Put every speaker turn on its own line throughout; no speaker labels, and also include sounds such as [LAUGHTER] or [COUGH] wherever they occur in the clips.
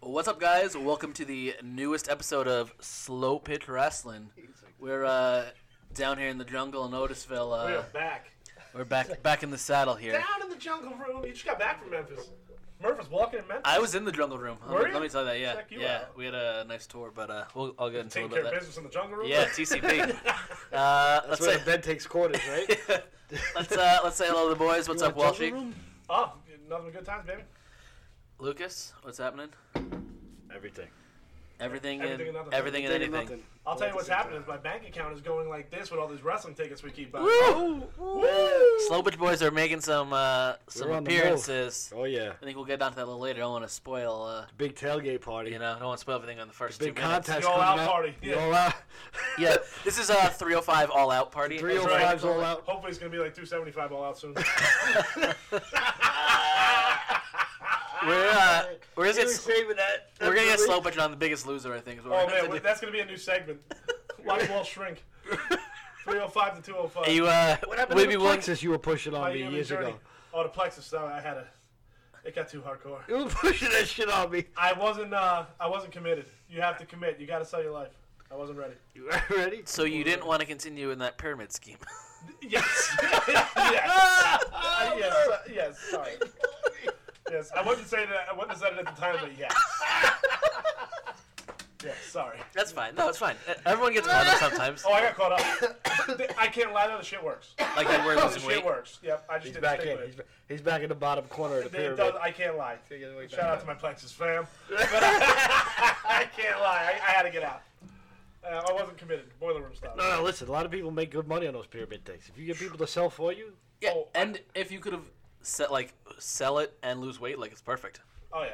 What's up, guys? Welcome to the newest episode of Slow Pitch Wrestling. We're uh, down here in the jungle in Otisville. Uh,
We're back.
We're back back in the saddle here.
Down in the jungle room. You just got back from Memphis. Murph was walking in Memphis.
I was in the jungle room.
Were
let,
you?
let me tell you that. Yeah,
Check you
yeah.
out.
We had a nice tour, but uh, we'll, I'll get into a
taking
little
care
bit
of
of that.
business in the jungle room. [LAUGHS]
Yeah, TCP. uh,
That's
let's
where
say
the bed takes quarters, right?
let's uh, let's say hello to the boys. [LAUGHS] What's up, Walshy?
Oh, nothing but good times, baby.
Lucas, what's happening?
Everything.
Everything,
Everything
and
and nothing.
everything and anything.
I'll tell you what's happening is my bank account is going like this with all these wrestling tickets we keep buying.
Oh,
Woo!
Slow Pitch Boys are making some uh, some
We're on the move.
appearances.
Oh yeah,
I think we'll get down to that a little later. I don't want to spoil. Uh,
big tailgate party.
You know, I don't want to spoil everything on the first
Big
two minutes.
contest
The all-out
coming up.
party,
The
yeah.
all out.
[LAUGHS] Yeah, this is a 305 all out party.
305's all out.
Hopefully it's gonna be like 275 all
[LAUGHS]
out soon. Oh,
We're uh, we're just
Really
gonna get,
saving that.
we're gonna get
Really?
slow pitch on the biggest loser. I think. Is what
oh
we're gonna
man,
do.
that's gonna be a
[LAUGHS]
new segment. Watch Wall shrink. 305 to 205.
Are you uh,
What happened
would
to
be
the
willing?
plexus you were pushing
My
on me
human
years
journey.
ago?
Oh, the plexus. Sorry, I had a. It got too hardcore.
You were pushing that shit on me. [LAUGHS]
I wasn't. Uh, I wasn't committed. You have to commit. You got to sell your life. I wasn't ready.
You ready?
So you didn't want to continue in that pyramid scheme. [LAUGHS]
Yes. [LAUGHS] yes. Uh, yes. uh, [LAUGHS] Yes. Sorry. Yes. I wasn't saying that. I wasn't saying it at the time, but
[LAUGHS]
yes. Yes. Sorry.
That's fine. No, it's fine. Uh, Everyone gets caught up sometimes.
[LAUGHS] Oh, I got caught up. [COUGHS] I can't lie though. The shit works.
Like that word
The
losing
oh, shit
weight.
works. Yep. I just
He's
didn't
back
stick
in.
with
He's, he's back in the bottom corner of the
it. It does,
pyramid.
I can't lie. Shout out to my Plexus
[LAUGHS]
fam. But [LAUGHS] I, I can't lie. I, I had to get out. Uh, I wasn't committed. Boiler room style.
No, no, listen. A lot of people make good money on those pyramid things. If you get people to sell for you,
Yeah,
Oh, I-
and if you could have set like sell it and lose weight, like it's perfect.
Oh yeah.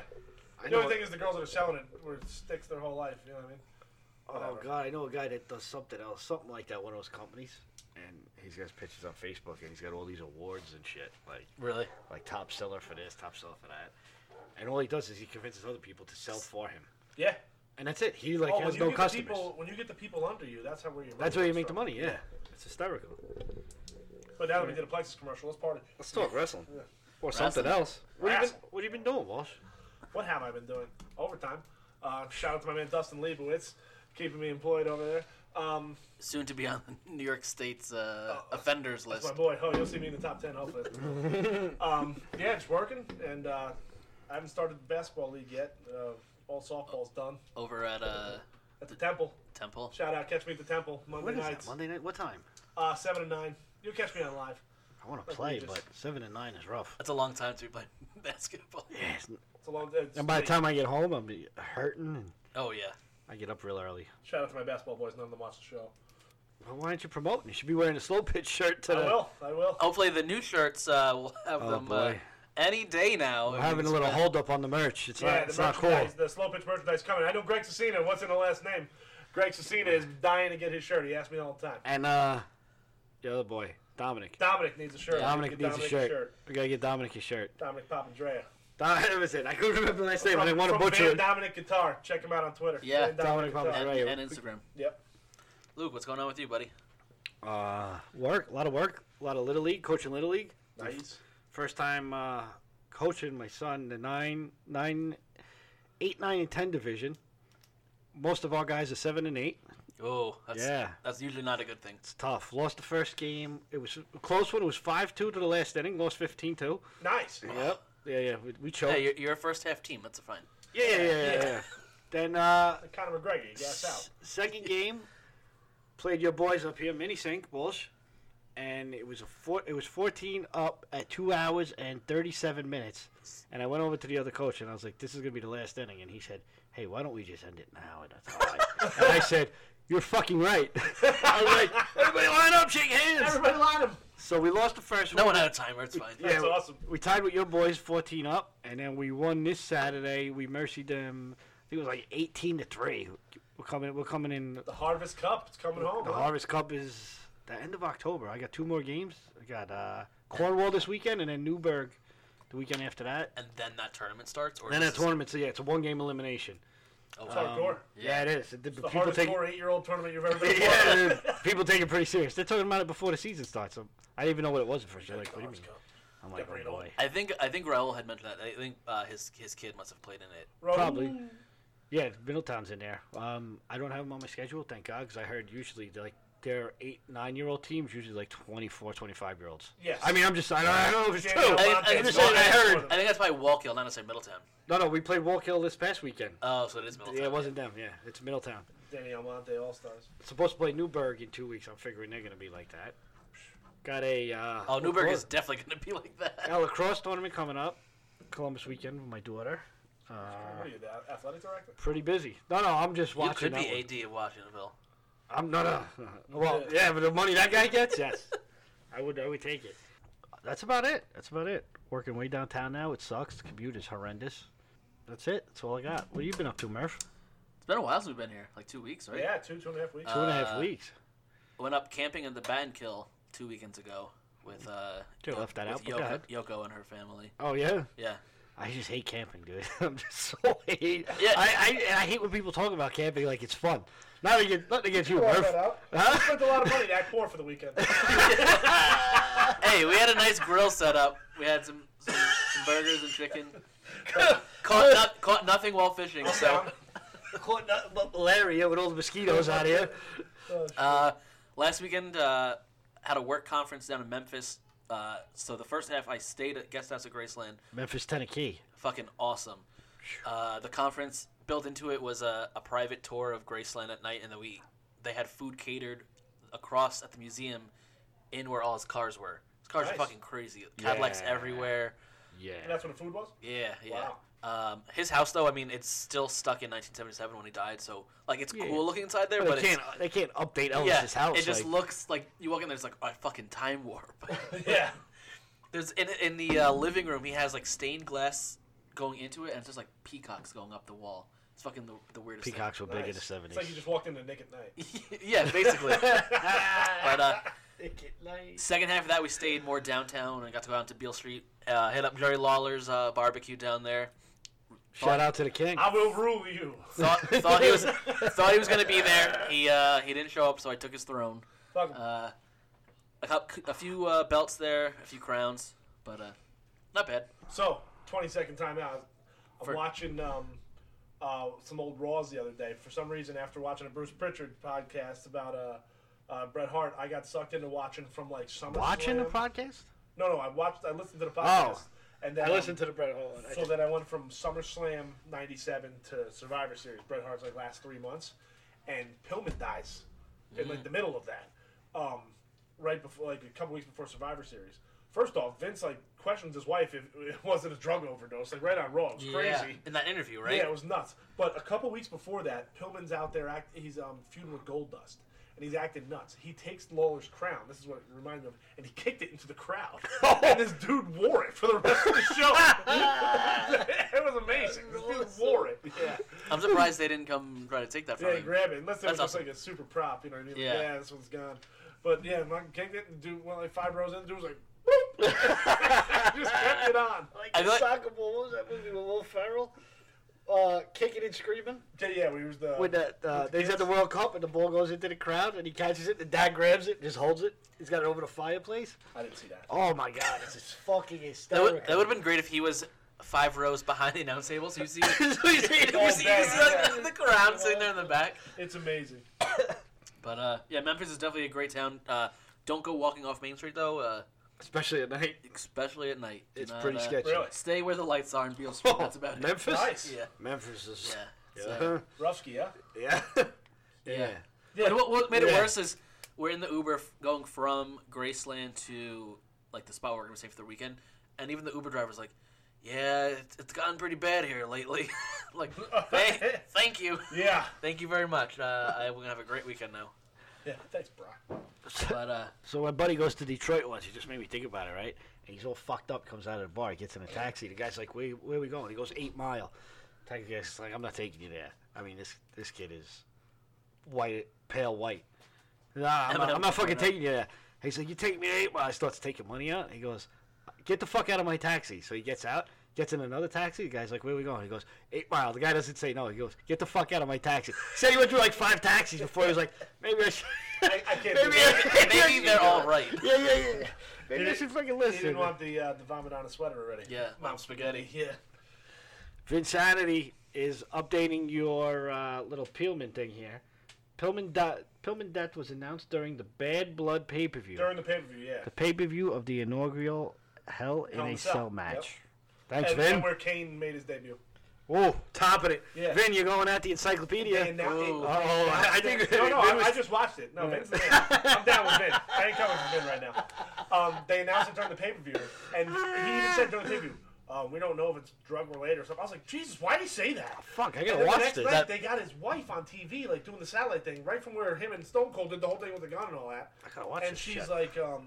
I
The
know.
only thing is the girls that are selling it where it sticks their whole life. You know what I mean?
oh
whatever.
god, I know a guy that does something else, something like that. One of those companies, and he's got his pictures on Facebook, and he's got all these awards and shit. Like,
Really?
like top seller for this, top seller for that. And all he does is he convinces other people to sell for him,
Yeah.
and that's it. He like
oh, when
has
you
no
get
customers.
The people, when you get the people under you, that's how where you.
That's where you make the money. Yeah, it's hysterical.
But now that we did a Plexus commercial, let's party.
Let's talk wrestling or
something
something else. What have, you been,
Wrestling.
what have you been doing, Walsh?
What have I been doing? Overtime. Uh, shout out to my man Dustin Leibowitz, keeping me employed over there. Um,
Soon to be on the New York State's uh, offenders
that's
list.
my boy. Oh, you'll see me in the top ten hopefully.
[LAUGHS]
um, yeah, it's working, and uh, I haven't started the basketball league yet. Uh, all softball's done
Over at uh,
at the Temple.
Temple.
Shout out, catch me at the Temple Monday
When is
nights,
that? Monday night? What time?
Uh, seven and nine. You'll catch me on live.
I want to
Like
play,
we just-
but seven and nine is rough.
That's a long time to be playing [LAUGHS] basketball.
It's a long. It's
And by the
late.
time I get home, I'm hurting, and
Oh yeah.
I get up real early.
Shout out to my basketball boys. None of them watch the show.
Well, why aren't you promoting? You should be wearing a slow pitch shirt today.
I will. I will.
Hopefully the new shirts uh, [LAUGHS] will have
Oh,
them uh,
boy.
any day now.
We're having a little hold up on the merch. It's
yeah,
not.
the
It's not cool.
merchandise, the slow pitch merchandise coming. I know Greg Cecina. What's in the last name? Greg Cecina is dying to get his shirt. He asks me all the time.
And uh, the other boy, Dominic.
Dominic needs a shirt.
Dominic
Get
needs a shirt.
a
We gotta get Dominic a shirt.
Dominic Papandrea.
Dom- [LAUGHS] That was it. I couldn't remember the last name. I
From,
didn't want to
from
butcher
Van
it.
Dominic Guitar. Check him out on Twitter.
Yeah.
Van
Dominic
Guitar.
Papandrea.
and,
Right,
and
we-
Instagram.
Yep.
Luke, what's going on with you, buddy?
Uh, work. A lot of work. A lot of little league. Coaching little league.
Nice.
First time uh, coaching my son the nine, nine, eight, nine, and ten division. Most of our guys are seven and eight.
Oh, that's,
Yeah.
that's usually not a good thing.
It's tough. Lost the first game. It was a close one. It was five two to the last inning. Lost 15-2.
Nice.
Yep. Yeah, yeah. We, we choked.
[SIGHS] Hey, you're, you're a first half team. That's fine.
yeah, yeah, yeah, yeah, yeah. Then uh,
Like Conor McGregor. You gas out.
[LAUGHS] S- Second game, played your boys up here, mini sync Walsh, and it was a four, it was fourteen up at two hours and thirty seven minutes. And I went over to the other coach and I was like, "This is gonna be the last inning," and he said, "Hey, why don't we just end it now?" And, that's all right. and I said. You're fucking right. [LAUGHS] I was like, everybody line up, shake hands.
Everybody line him.
So we lost the first
No
one.
one had a timer. It's fine.
That's
we-
awesome.
We tied with your boys 14 up, and then we won this Saturday. We mercied them. I think it was like 18 to 3. We're coming, we're coming in
The Harvest Cup. It's coming home.
the
huh?
Harvest Cup is the end of October. I got two more games. I got uh, Cornwall this weekend and then Newburgh the weekend after that.
And then that tournament starts? Or
And then
this
that
is-
tournament, so yeah, it's a one game elimination.
Oh,
It's
wow.
hardcore.
Yeah, it is. It- the
The
Um, people
hardest
take
four eight-year-old tournament you've ever been to.
[LAUGHS] yeah, people take it pretty serious. They're talking about it before the season starts. So I didn't even know what it was at first. They're like, what do you mean? I'm like,
Bring it
oh
on.
boy.
I think I think Raul had mentioned that. I think uh, his his kid must have played in it.
Rowan.
Probably. Yeah, Middletown's in there. Um, I don't have them on my schedule, thank God, because I heard usually they're like their eight, nine year old teams usually like 24, 25 year olds.
Yes.
I mean, I'm just I don't, I don't know if it's
Yeah,
true.
yeah,
I,
yeah.
I, think
I'm
it's
just
Walk-
saying I heard.
I think that's probably Walkill, not necessarily Middletown.
No, no, we played Walk Hill this past weekend.
Oh, so it is Middletown.
Yeah, it wasn't them. Yeah, it's Middletown.
Danny Almonte All Stars.
Supposed to play Newburgh in two weeks. I'm figuring they're gonna be like that. Got a uh,
Oh, Newberg
lacrosse-
is definitely [LAUGHS] going to be like that.
got a lacrosse tournament coming up. Columbus weekend with my daughter. Uh,
what are you, the athletic director?
pretty busy. No, no, I'm just
You could
watching. that
be
one.
AD of Washingtonville.
I'm not a. [LAUGHS] Well,
Yeah.
yeah, but the money that guy gets, yes, I would. I would take it. That's about it. That's about it. Working way downtown now. It sucks. The commute is horrendous. That's it. That's all I got. What have you been up to, Murph?
It's been a while since we've been here, like two weeks, right?
Yeah, two, two and a half weeks.
Two and a half
Uh,
weeks.
Went up camping in the Bandkill two weekends ago with uh,
Dude, left that out,
with
but go
Yoko,
ahead.
Yoko and her family.
Oh yeah.
Yeah,
I just hate camping, dude. [LAUGHS] I'm just so hate.
Yeah.
I, I I hate when people talk about camping like it's fun. Not against, not against you, Murph.
[LAUGHS] I spent a lot of money
[LAUGHS]
[LAUGHS] to act poor for the weekend.
hey, we had a nice grill set up. We had some some, some burgers and chicken. caught, not, caught nothing while fishing. So
Caught nothing but malaria with all the mosquitoes out here.
Oh, shit.
uh, last weekend uh, had a work conference down in Memphis. Uh, so the first half I stayed at guest house at Graceland.
Memphis Tennessee.
Fucking awesome. Uh, the conference built into it was a, a private tour of Graceland at night, and then we they had food catered across at the museum, in where all his cars were. His cars
Nice.
are fucking crazy. Cadillacs
Yeah.
everywhere.
Yeah.
and that's when the food [LAUGHS] was?
Yeah, yeah. Um, his house, though, I mean, it's still stuck in 1977 when he died, so like it's
Yeah.
cool looking inside there,
But
but,
they
it's,
can't uh, they can't update
yeah,
Elvis's house.
it just
like-
looks like you walk in there, it's like a fucking time warp.
Yeah.
There's in in the uh, living room, he has like stained glass going into it, and it's just like peacocks going up the wall. It's fucking the, the weirdest. thing.
peacocks were big in
Nice.
the
It's
seventies.
like you just walked into Nick at Night.
[LAUGHS] yeah, [LAUGHS] basically. but uh,
nice.
second half of that, we stayed more downtown and got to go out to Beale Street. Uh, hit up Jerry Lawler's uh, barbecue down there.
Shout out to the king.
I will rule [LAUGHS] you.
Thought thought he was thought he was gonna be there. He uh, he didn't show up, so I took his throne.
Fuck 'em.
Uh, a, cou- a few uh, belts there, a few crowns, but uh, not bad.
So, 20 second time out. I'm
For-
watching um, uh, some old Raws the other day. For some reason, after watching a Bruce Pritchard podcast about uh, uh, Bret Hart, I got sucked into watching from like SummerSlam.
Watching the podcast?
No, no, I watched. I listened to the podcast. And then,
to the Brett Hall.
So then I went from SummerSlam '97 to Survivor Series. Bret Hart's like last three months, and Pillman dies in like the middle of that, um, right before like a couple weeks before Survivor Series. First off, Vince like questions his wife if it wasn't a drug overdose. Like right on Raw, it was
Yeah,
crazy.
in that interview, right?
Yeah, it was nuts. But a couple weeks before that, Pillman's out there act. He's um, feuding with Gold Dust. And he's acting nuts. He takes Lawler's crown. This is what it reminded me of. And he kicked it into
[LAUGHS]
the crowd.
Oh.
and this dude wore it for the rest of the show. [LAUGHS] it was amazing. This dude wore it. Yeah.
I'm surprised they didn't come try to take that from
Yeah, you
him.
grab it. Unless it
That's
was just
awesome.
like a super prop, you know what I mean? Like,
Yeah.
yeah. this one's gone. But yeah, my kicked it and dude went like five rows in, the dude was
[LAUGHS]
like, boop! just kept it on.
I feel like-
soccer ball. What was that movie with Will Ferrell? Uh, kicking and screaming.
Yeah, yeah, we was the
When the, uh,
the
he's at the
kids.
World Cup and the ball goes into the crowd and he catches it. The dad grabs it, and just holds it. He's got it over the fireplace.
I didn't see that.
Oh my god, this is fucking
That
hysterical.
would, that would have been great if he was five rows behind the announce table, so you see, [LAUGHS] you
So he's-
see, you see the, the crowd sitting there in the back.
It's amazing.
But uh, yeah, Memphis is definitely a great town. Uh, don't go walking off Main Street though, uh,
Especially at night,
especially at night. Do
it's
not,
pretty
uh,
sketchy. [LAUGHS]
Really?
Stay where the lights are and be Street. That's about it.
Memphis.
Nice.
Yeah,
Memphis is.
yeah,
[LAUGHS] Yeah.
so-
Ruffsky, yeah?
Yeah. [LAUGHS]
yeah.
Yeah.
And what, what made it
Yeah.
worse is we're in the Uber f- going from Graceland to like the spot where we're gonna stay for the weekend, and even the Uber driver's like, "Yeah, it's, it's gotten pretty bad here lately." [LAUGHS] like, thank, thank you,
Yeah.
thank you very much. Uh, I, we're gonna have a great weekend [LAUGHS] now.
Yeah, thanks, Brock.
But [LAUGHS] uh,
So my buddy goes to Detroit once. He just made me think about it, right? And he's all fucked up. Comes out of the bar, gets in a taxi. The guy's like, "Where, where are we going?" He goes, eight mile." Taxi guy's like, "I'm not taking you there." I mean, this this kid is white, pale white. Nah, I'm not, I'm
[LAUGHS]
not fucking taking you there. He's like, "You take me to eight mile." He starts taking money out. He goes, "Get the fuck out of my taxi." So he gets out. Gets in another taxi. The guy's like, "Where are we going?" He goes, eight mile." The guy doesn't say no. He goes, "Get the fuck out of my taxi." Said he went through like five taxis before he was like, "Maybe I should."
I, I can't do
[LAUGHS] Maybe,
that.
maybe they're all right.
yeah, yeah, yeah. Maybe
He
I should fucking
He
listen.
didn't want the uh, the vomit on his sweater already.
Yeah,
Mom spaghetti. Yeah.
Vinsanity is updating your uh, little Pillman thing here. Pillman, di- Pillman death was announced during the Bad Blood pay per view.
During the pay per view, yeah.
The pay per view of the inaugural Hell in
Hell in
a
a Cell,
Cell
yep.
match. Thanks,
and,
Vin.
and where Kane made his debut.
Oh, topping it.
Yeah.
Vin, you're going at the encyclopedia.
And now-
Ooh.
oh, I I think
[LAUGHS] No, no,
Vin
I,
was-
I just watched it. No, Vin's the man. I'm down with Vin. I ain't coming for Vin right now. Um, they announced it during the pay per view, and he even said during the pay per view, um, "We don't know if it's drug related or something." I was like, "Jesus, why did he say that?"
Fuck, I
And
gotta
then
watch
the next
this.
night,
That-
they got his wife on TV, like doing the satellite thing, right from where him and Stone Cold did the whole thing with the gun and all that.
I gotta watch
and
this
she's
shit.
like, um,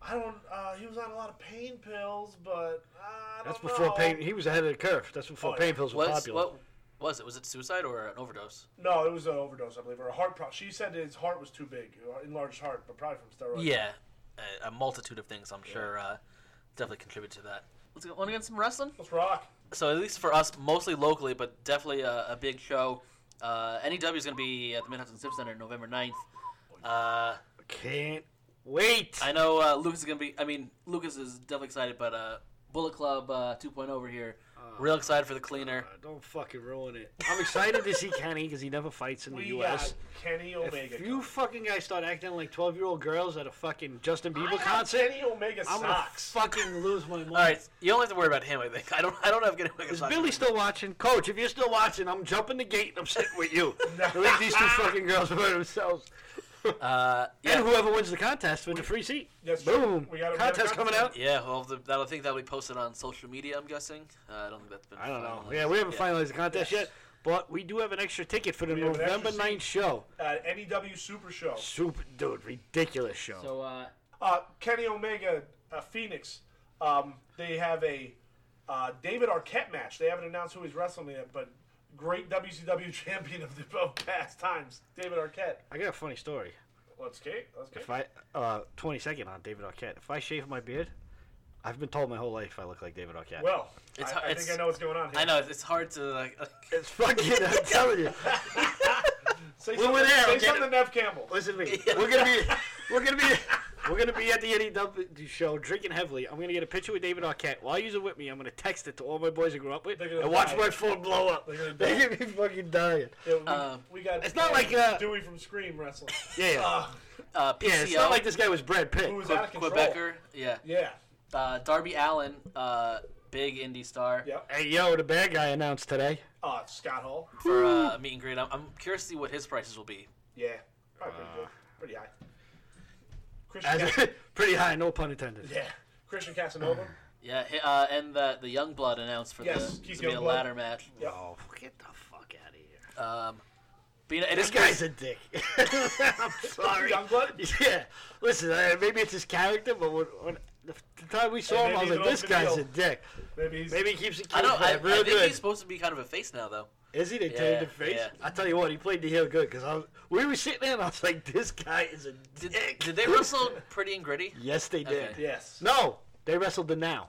"I don't. Uh, he was on a lot of pain pills, but uh, I don't
That's before
know."
pain. He was ahead of the curve. That's before
Oh, yeah.
pain pills were
Was
popular.
what was it? Was it suicide or an overdose?
No, it was an overdose, I believe, or a heart problem. She said his heart was too big, enlarged heart, but probably from steroids.
Yeah, a, a multitude of things. I'm sure uh, definitely contribute to that. Let's go on against some wrestling.
Let's rock.
So at least for us, mostly locally, but definitely a, a big show. Uh, NEW is going to be at the Manhattan Civic Center November 9th. Uh,
Can't wait.
I know uh, Lucas is going to be. I mean, Lucas is definitely excited, but uh, Bullet Club uh, 2.0 over here, real excited for the cleaner.
Uh, Don't fucking ruin it. I'm excited
[LAUGHS]
to see Kenny because he never fights in the
We got
U.S.
Kenny Omega.
If you fucking guys start acting like 12 year old girls at a fucking Justin
I
Bieber
have
concert,
Kenny Omega
I'm gonna
socks.
fucking
[LAUGHS]
lose my mind.
All right, you don't have to worry about him. I think I don't. I don't have good.
Is Billy still watching? Coach, if you're still watching, I'm jumping the gate and I'm sitting
[LAUGHS]
with you. Leave these two fucking girls by themselves.
Uh, yeah,
And whoever wins the contest wins a free seat.
That's true.
Boom.
We gotta- we
contest
gotta-
coming out.
yeah. Well, the, that'll I think that'll be posted on social media. I'm guessing. Uh, I don't think that's been.
I don't know.
finalized.
Yeah, we haven't finalized the contest
Yes.
yet, but we do have an extra ticket for the
We have an extra
November 9th
seat.
show.
Uh, NEW Super Show.
Super, dude, ridiculous show.
So uh,
Uh, Kenny Omega, uh, Phoenix. Um, they have a uh, David Arquette match. They haven't announced who he's wrestling yet, but great WCW [LAUGHS] champion of the of past times, David Arquette.
I got a funny story.
Let's kick. Let's kick.
If I, uh, 20 second on David Arquette. If I shave my beard, I've been told my whole life I look like David Arquette.
Well,
It's-
I, I
it's-
think I know what's going on here.
I know it's hard to like. uh,
it's fucking, I'm telling you.
Say
Well,
something,
we're there,
say
okay.
something to Nev Campbell.
Listen to me. We're gonna be, we're gonna be, we're gonna be at the NEW show drinking heavily. I'm gonna get a picture with David Arquette. While you're with me, I'm gonna text it to all my boys I grew up with
They're gonna
and watch
die.
my phone blow up.
They're gonna
They're
die.
gonna be fucking dying.
Yeah, we,
Um,
we got.
it's not like, uh,
Dewey from Scream
[LAUGHS]
wrestling.
Yeah, yeah.
Uh,
Uh, PCO,
yeah, it's not like this guy was Brad Pitt.
who was out of
Que-
control.
Quebecer, yeah.
Yeah.
Uh, Darby Allen, uh, big indie star
Yeah.
Hey, yo, the bad guy announced today.
Uh, Scott Hall.
for uh, meet and greet. I'm, I'm curious to see what his prices will be.
Yeah. Probably pretty good. Pretty high. Christian.
Uh. As-
Cas-
[LAUGHS] pretty high, no pun intended.
[LAUGHS] yeah. Christian Casanova.
Yeah, hi- uh, and the the Young Blood announced for
Yes,
the
Keith
to be a
Youngblood.
ladder match.
Yep.
Oh, get the fuck out of here.
Um, but, you know, it is
This guy's
crazy.
a dick. I'm sorry.
Youngblood?
[LAUGHS] Yeah. Listen, uh, maybe it's his character, but when, when, the time we saw him, I was
maybe
like,
he's
this
an
guy's a
open
dick.
Maybe he's.
Maybe he keeps it
I
cute. [LAUGHS]
don't. I, I
real
think
good.
he's supposed to be kind of a face now, though.
Is he? They
Yeah,
turned him face.
yeah.
I tell you what, he played the heel good because we were sitting there and I was like, this guy is a
Did,
dick.
did they wrestle pretty and gritty?
[LAUGHS] yes, they did.
Okay.
Yes.
No, they wrestled the now.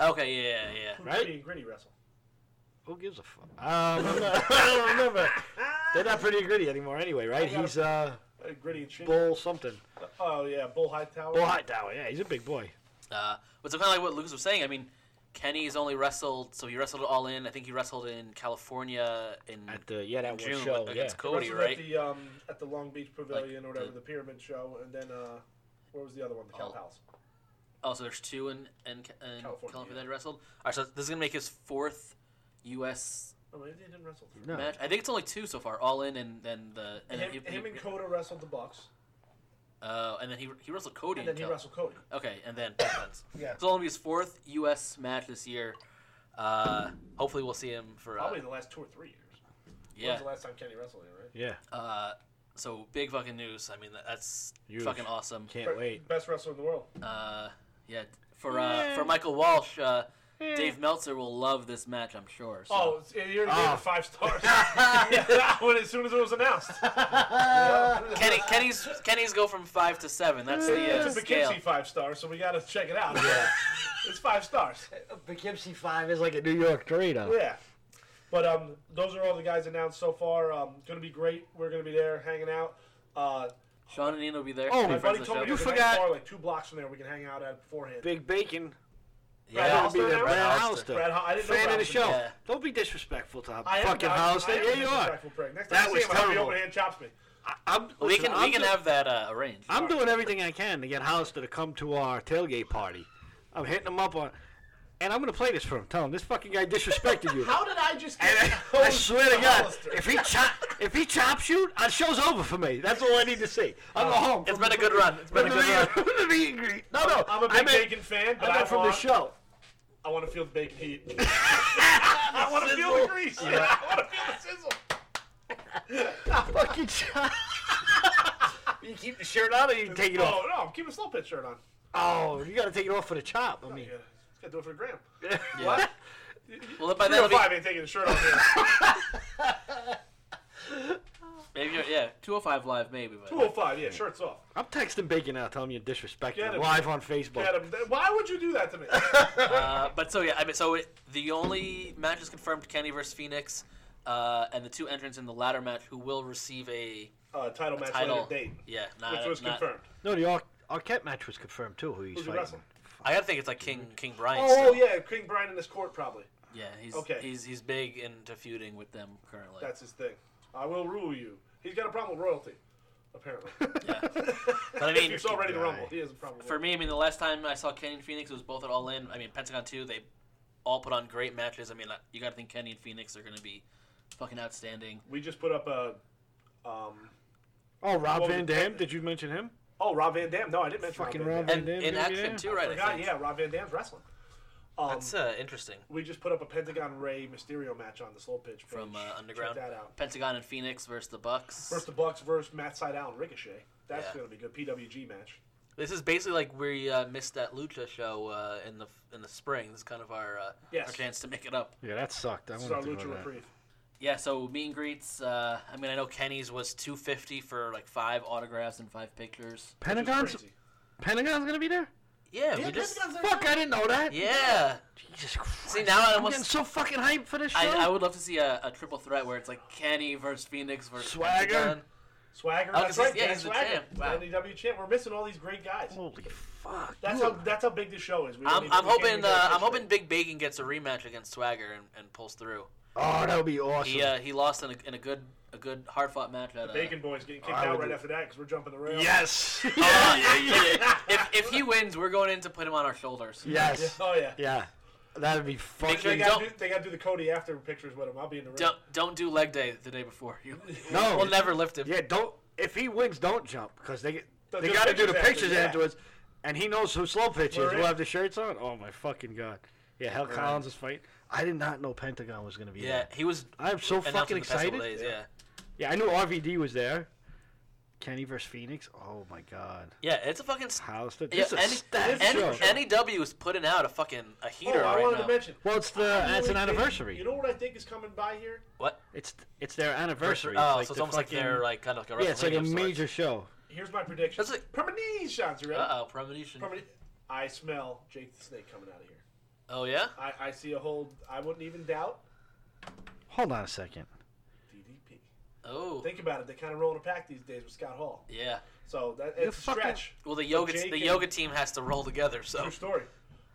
Okay, yeah, yeah, yeah.
Who
right?
Pretty and gritty wrestle.
Who gives a fuck? Um, I'm not- [LAUGHS] I don't remember. They're not pretty gritty anymore, anyway, right?
I got
He's uh,
Uh, gritty and shit.
Bull something.
Oh yeah, Bull Hightower.
Bull Hightower. Yeah, he's a big boy.
Uh, but so kind of like what Lucas was saying. I mean, Kenny's only wrestled. So he wrestled all in. I think he wrestled in California in
At the yeah, that
June
one show. Yeah.
against
He
Cody,
wrestled
right?
At the um, at the Long Beach Pavilion or whatever,
the-
the, Pyramid Show, and then uh, where was the other one? The Cow
Oh.
Palace.
Oh, so there's two in, in, in California,
California,
that he wrestled. All right, so this is gonna make his fourth U.S.
Oh, maybe they didn't wrestle.
No.
match. I think it's only two so far, all in, and then the and
Him,
then he,
him
he-
and Coda wrestled the Bucks,
uh, and then he, he wrestled Cody.
and
in
then he
Cal-
wrestled Cody.
Okay, and then Bud Spence.
[COUGHS] Yeah.
So it'll be his fourth U.S. match this year. Uh, hopefully, we'll see him for uh,
Probably the last two or three years.
yeah.
When's the last time Kenny wrestled here, right?
Yeah,
Uh, so big fucking news. I mean, that, that's
Huge.
fucking awesome.
can't wait.
Best wrestler in the world.
Uh, yeah, for uh, for Michael Walsh, uh,
Yeah.
Dave Meltzer will love this match. I'm sure. So.
Oh, it's- you already gave
Oh.
it five stars. [LAUGHS] yeah, when, as soon as it was announced. Yeah.
Kenny, Kenny's Kenny's go from five to seven. That's the uh,
It's a
scale.
Poughkeepsie five stars, so we got to check it out. [LAUGHS] it's five stars.
Poughkeepsie Five is like a New York three, though.
Yeah. But um, those are all the guys announced so far. Um, going to be great. We're going to be there hanging out. Uh,
Sean and Ian will be there.
Oh,
Be
my
friends
buddy
of the
told me
show.
there's a nice
forgot-
bar like two blocks from there we can hang out at beforehand.
Big Bacon
Brad
Yeah.
Hollister
Brad
now?
Brad
Hollister.
Hollister.
Brad Ho- I didn't know
Fan of the
Hollister.
show.
Yeah.
Don't be disrespectful to
I am
fucking
not-
Hollister.
I am
Yeah,
a
you are.
disrespectful prick. Next
That
time I
was
see him, I'll be
terrible.
open hand chops me.
I- I'm,
We
listen,
can
I'm
we can
do-
have that uh, arranged.
I'm doing everything I can to get Hollister to come to our tailgate party. I'm hitting him up on, and I'm gonna play this for him. Tell him this fucking guy
[LAUGHS]
disrespected you.
How did I just get
And
[LAUGHS]
I, I swear to God,
Hollister.
if he chop, if he chops you, the show's over for me. That's all I need to see. I'll go home.
Oh, It's been a good run. It's been a good run.
run. [LAUGHS] No, no,
I'm a
I
big
meant-
bacon fan, but
I
I
meant from the
want,
show.
I want to feel the bacon
[LAUGHS]
heat. I want to feel the
Sizzle.
grease. [LAUGHS] I want to feel the sizzle.
Fucking chop. [LAUGHS] you keep the shirt on, or you take it
oh,
off?
no, I'm keeping a slow pitch shirt on.
Oh, you gotta take it off for the chop. I mean,
Yeah, gotta do it for the gram.
Yeah. Well, by then
Three oh
it'll be-
five ain't taking the shirt off. here.
maybe you're- yeah, 205 live maybe. But [LAUGHS]
Two oh five, yeah, shirts off.
I'm texting Bacon now, telling you disrespectful
Get him.
live on Facebook.
Adam, th- why would you do that to me?
Uh, but so yeah, I mean, so it, the only match is confirmed: Kenny versus Phoenix, uh, and the two entrants in the latter match who will receive a
Uh, title match
title.
later date,
Yeah, not,
which was
not-
confirmed.
No, the Ar- Arquette match was confirmed too. Who he's
Who's he
fighting?
wrestling?
I gotta think it's like King King Bryan.
Oh,
still.
oh, yeah, King Brian in his court probably.
yeah. He's
Okay.
he's he's big into feuding with them currently.
That's his thing. I will rule you. He's got a problem with royalty, apparently. [LAUGHS]
yeah. But I
if
mean,
you saw Ready to
guy.
Rumble, he has a problem.
for
with
me, I mean, the last time I saw Kenny and Phoenix, it was both at All In. I mean, Pentagon Two, they all put on great matches. I mean, I- you gotta think Kenny and Phoenix are gonna be fucking outstanding.
We just put up a. Um,
Oh, Rob
Well,
Van
we-
Dam. Did you mention him?
oh, Rob Van Dam. No, I didn't mention
Fucking
Rob Van
Rob
Dam.
And
Van Dam,
in
yeah.
action too, right? I
Forgot,
think.
yeah, Rob Van Dam's wrestling. Um,
That's uh, interesting.
we just put up a Pentagon Ray Mysterio match on the slow pitch page.
From uh, Underground,
Check that out.
Pentagon and Phoenix versus the Bucks.
First the Bucks versus Matt Sydal and Ricochet. That's
Yeah.
going to be good. PWG match.
This is basically like we uh, missed that lucha show uh, in the in the spring. This is kind of our uh,
Yes.
our chance to make it up.
Yeah, that sucked. I
This is our
wanted to go to
Lucha
that.
Reprieve.
Yeah. So meet and greets. Uh, I mean, I know Kenny's was two fifty for like five autographs and five pictures.
Pentagon's
Crazy.
Pentagon's gonna be there.
Yeah.
Yeah,
we just.
Pentagon's there.
Fuck, I didn't know that.
Yeah.
Jesus Christ.
See, now I
I'm
almost-
getting so fucking hyped for this show.
I, I would love to see a, a triple threat where it's like Kenny versus Phoenix versus
Swagger.
Pentagon.
Swagger.
Oh,
That's
'cause
right.
he's- yeah,
Dan
he's the
Swagger.
champ. Wow.
NEW champ. We're missing all these great guys.
Holy fuck.
That's
you
how
are-
that's how big this show is. We don't
I'm,
even-
I'm
we can't
hoping
even get a
uh, I'm
picture.
hoping Big Bacon gets a rematch against Swagger and, and pulls through.
Oh, that would be awesome.
He uh, he lost in a, in a good a good hard fought match at uh,
Bacon Boy's getting kicked
I
out
would
right
do-
after that because we're jumping the rail.
Yes.
Uh,
[LAUGHS] yeah, yeah, yeah.
if, if he wins, we're going in to put him on our shoulders.
Yes.
Oh yeah.
Yeah. That'd be fucking.
sure
They
you
got
Don't-
to do, they gotta do the Cody after pictures with him. I'll be in the ring.
Don't don't do leg day the day before. You, [LAUGHS]
No.
we'll never lift him.
Yeah, don't. If he wins, don't jump because they
They'll
they
do
got to do
pictures
the
after,
pictures
yeah.
afterwards, and he knows who slow pitch
We're
is.
in.
We'll have the shirts on. Oh my fucking god! Yeah, Hell Collins is fighting. I did not know Pentagon was gonna be
Yeah,
there.
he was
I'm so
announced
fucking
in the festival
excited.
Days, yeah. yeah,
Yeah, I knew RVD was there. Kenny versus Phoenix. Oh my god!
it's a fucking. st-
Hollister.
Yeah,
This is a
N-
stacked show.
N- NEW is putting out a fucking a
Oh,
heater
I
right
wanted
now.
to mention.
well, it's the
I
it's an
really think-
anniversary.
You know what I think is coming by here?
what?
it's it's their anniversary.
Oh, so
the
it's almost like
fucking-
they're like kind of like a
yeah, it's like
WrestleMania
a
of sorts.
major show.
Here's my prediction.
That's like-
Premonitions, you ready?
Uh oh, premonition.
Premoni- I smell Jake the Snake coming out of here.
Oh yeah.
I, I see a whole. I wouldn't even doubt
Hold on a second.
DDP.
Oh
Think about it. They kind of roll in a pack these days with Scott Hall.
yeah.
So that
You're
it's a
fucking-
stretch.
Well, the yoga
Jake
the
and-
yoga team has to roll together. So
True story.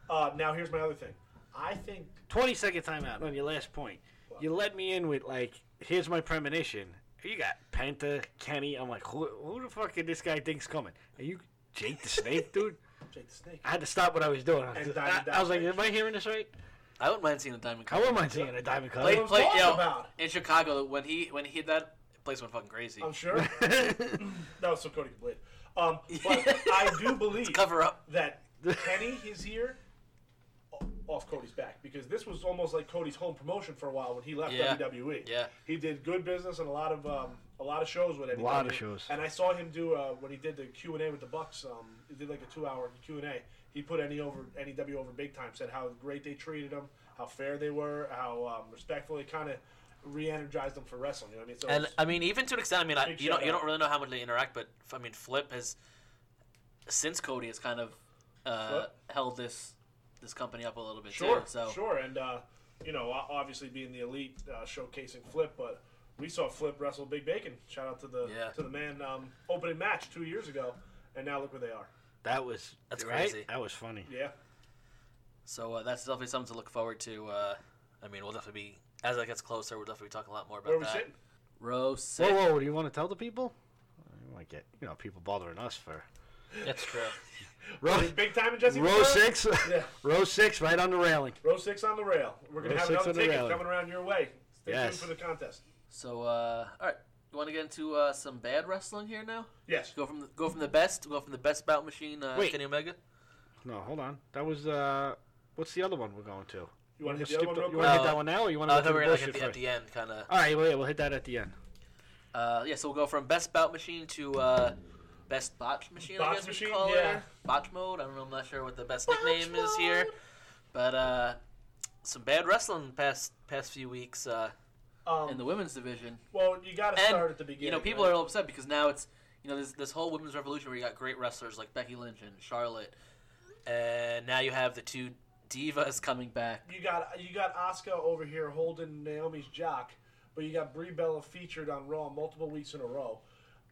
Uh, now here's my other thing. I think
20 second timeout on your last point. You led me in with, like, here's my premonition. You got Penta, Kenny. I'm like, who, who the fuck did this guy think's coming? Are you Jake the Snake, dude?
Jake the Snake.
I had to stop what I was doing. I,
And
I,
Diamond
I was like,
Dallas
am I hearing this right?
I wouldn't mind seeing the Diamond
I
Cup.
wouldn't mind seeing a Diamond Cup.
Play,
was
play,
talking
yo,
about.
in Chicago when he when he hit that place went fucking crazy.
I'm sure.
[LAUGHS]
that was so Cody could bleed. Um, but I do believe
Cover up.
that Kenny is here o- off Cody's back because this was almost like Cody's home promotion for a while when he left
Yeah.
WWE.
Yeah.
he did good business and a lot of um, a lot of shows with him.
lot of shows.
And I saw him do uh, when he did the Q and A with the Bucks. Um, he did like a two hour Q and A. He put any over any W over big time. Said how great they treated him, how fair they were, how um, respectful. It kind of re-energized them for wrestling. You know what I mean? So
And
it's-
I mean, even to an extent, I mean, I,
Big
you don't you
shout-out.
don't really know how much they interact, but f- I mean, Flip has since Cody has kind of uh,
Flip?
held this this company up a little bit
Sure,
too. So
sure, and uh, you know, o- obviously being the elite, uh, showcasing Flip, but we saw Flip wrestle Big Bacon. Shout out to the
Yeah.
to the man um, opening match two years ago, and now look where they are.
that was
That's
right?
crazy.
That was funny.
Yeah,
So uh, that's definitely something to look forward to. Uh, I mean, we'll definitely be as it gets closer. We'll definitely be talking a lot more about
Where are we
that.
sitting?
Row six.
Whoa, whoa! Do you want to tell the people? I don't want to get you know people bothering us for
That's true.
row,
Big time in Jesse.
row
Ventura?
six,
Yeah.
[LAUGHS] row six, right on the railing.
Row six on the rail. We're gonna
Row
have
six
another
on the
ticket
rail.
coming around your way. Stay
Yes.
tuned for the contest.
So, uh, all right, you want to get into uh, some bad wrestling here now?
Yes.
Go from the, go from the best. Go from the best bout machine. Uh,
Wait.
Kenny Omega.
No, hold on. That was uh, what's the other one we're going to?
You want to hit the other
Skip
one
the-
real
you
quick?
want to hit
Uh,
that one now, or you want
Uh,
to
I
go
thought we
to
were
the
gonna, like
bullshit
at the, at
first?
the end, kind of.
All right, well, yeah, we'll hit that at the end.
Uh, yeah, so we'll go from best bout machine to uh, best botch machine. I
Botch
guess we
machine,
call
yeah.
it botch mode. I don't know. I'm not sure what the best nickname is here, but uh, some bad wrestling past past few weeks uh,
Um,
in the women's division.
well, you got to
And
start at the beginning.
you know, people
right?
are all upset because now it's you know this this whole women's revolution where you got great wrestlers like Becky Lynch and Charlotte, and now you have the two divas coming back.
You got you got Asuka over here holding Naomi's jock, but you got Brie Bella featured on Raw multiple weeks in a row.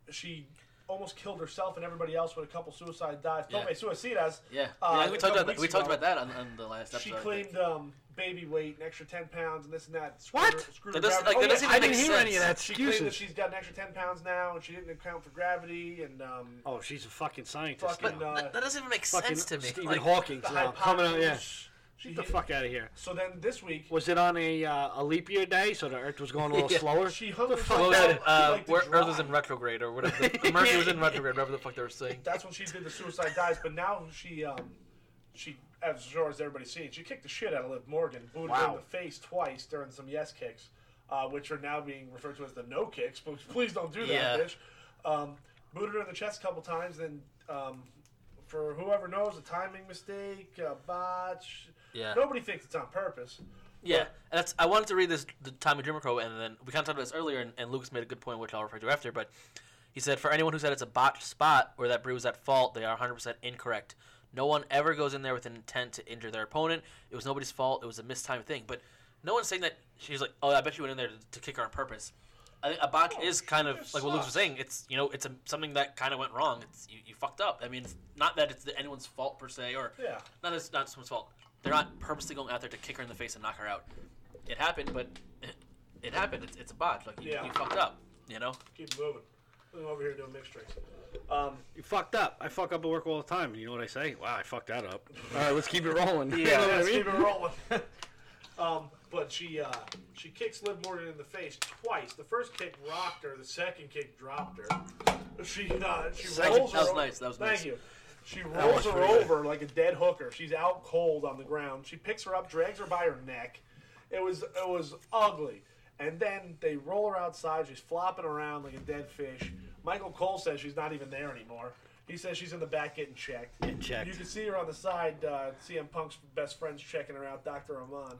She almost killed herself and everybody else with a couple suicide dives.
Yeah.
Tome suicidas.
Yeah,
Uh,
yeah we
a
talked
couple
about that.
weeks
we talked
ago.
about that on, on the last
She
episode. I think.
claimed um, baby weight, an extra ten pounds, and this and that. Screwed
What?
her- screwed
That
her
doesn't-
gravity.
like, that
Oh, yeah,
doesn't
I didn't hear
sense.
any of that
She claimed that
excuses.
she's got an extra ten pounds now, and she didn't account for gravity and um,
Oh, she's a fucking scientist.
Fucking,
now.
uh,
that, that doesn't even make
fucking
sense to me.
Stephen
Like,
Hawking.
the
now, uh, coming out, yeah.
hypotenuse. She
Get the
hit-
fuck out of here.
So then this week,
Was it on a uh, a leap year day, so the Earth was going a little
[LAUGHS] Yeah.
slower?
She hung
the
herself
fuck
What
out.
was
out
that?
of-
Uh,
like to
where Earth
drive.
was in retrograde or whatever. The, the Mercury
[LAUGHS]
was in retrograde, whatever the fuck they were saying.
that's when she did the suicide dives. But now she, um, she, as sure as everybody's seen, she kicked the shit out of Liv Morgan, booted her in
Wow.
the face twice during some yes kicks, uh, which are now being referred to as the no kicks. But [LAUGHS] please don't do that,
Yeah.
bitch. Um, booted her in the chest a couple times. Then, um, for whoever knows, a timing mistake, a botch.
Yeah.
Nobody thinks it's on purpose.
Yeah, and that's. I wanted to read this the Tommy Dreamer quote, and then we kind of talked about this earlier, and, and Lucas made a good point, which I'll refer to after. But he said, for anyone who said it's a botched spot or that Brie was at fault, they are 100 percent incorrect. No one ever goes in there with an intent to injure their opponent. It was nobody's fault. It was a mistimed thing. But no one's saying that she's like, oh, I bet you went in there to, to kick her on purpose. I think a botch
No,
is kind of
she just
like what Lucas was
sucks.
saying. It's you know, it's a, something that kind of went wrong. It's you, you fucked up. I mean, it's not that it's anyone's fault per se, or
Yeah.
not that it's not someone's fault. They're not purposely going out there to kick her in the face and knock her out. It happened, but it, it happened. It's, it's a botch. Like you,
Yeah.
you fucked up. You know.
Keep moving. I'm over here doing mixed drinks. Um,
You fucked up. I fuck up at work all the time, and you know what I say? Wow, I fucked that up. All right, let's keep it [LAUGHS] rolling. You know what I
let's
mean?
keep it rolling. [LAUGHS] um, but she uh, she kicks Liv Morgan in the face twice. The first kick rocked her. The second kick dropped her. She uh, she
Second-
rolls
that was
her o-
nice, that was
Thank
nice.
you. She
That
rolls
was
her
pretty good.
over like a dead hooker. She's out cold on the ground. She picks her up, drags her by her neck. It was it was ugly. And then they roll her outside. She's flopping around like a dead fish. Michael Cole says she's not even there anymore. He says she's in the back getting checked.
Getting checked.
You can see her on the side. Uh, CM Punk's best friend's checking her out, Doctor
[LAUGHS]
Amon.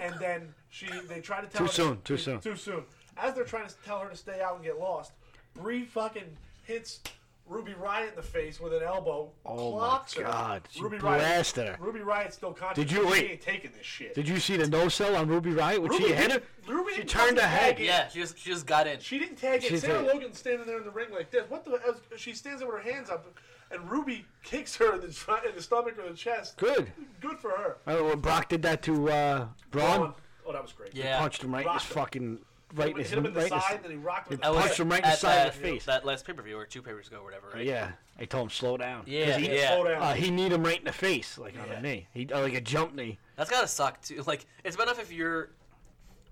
and then she, they try to tell
Too
her
soon, too soon.
too soon. As they're trying to tell her to stay out and get lost, Bree fucking hits Ruby Riot in the face with an elbow.
Oh my
clocks her.
God, she
Ruby
blasted her.
Riot, Ruby Riot's still conscious.
Did you-
She
wait.
ain't taking this shit.
Did you see the no sell on Ruby Riot when she
Ruby
hit her?
didn't- Ruby
she
didn't
turned her
fucking
head.
tag it.
Yeah. She just she just got in.
She didn't tag
She
it.
didn't
Sarah
tag it.
Logan's standing there in the ring like this. What the? As she stands there with her hands up, and Ruby kicks her in the, tr- in the stomach or the chest.
Good.
Good for her.
I don't know when Brock did that to uh, Braun.
Oh, that was great.
yeah.
Punched him right in his
Rocked him.
fucking right in
Hit
his
him in the
right in his-
side, and then he rocked him. In
That
the
was
face.
punched him right in the
at
side of
that-
the face.
That last pay per view or two pay per views ago, or whatever. Right?
Yeah, I told him slow down. 'Cause
Yeah.
he,
yeah.
Slow down.
Uh, he need him right in the face, like on
Yeah.
a knee. He uh, like a jump knee.
That's gotta suck too. Like it's bad enough if you're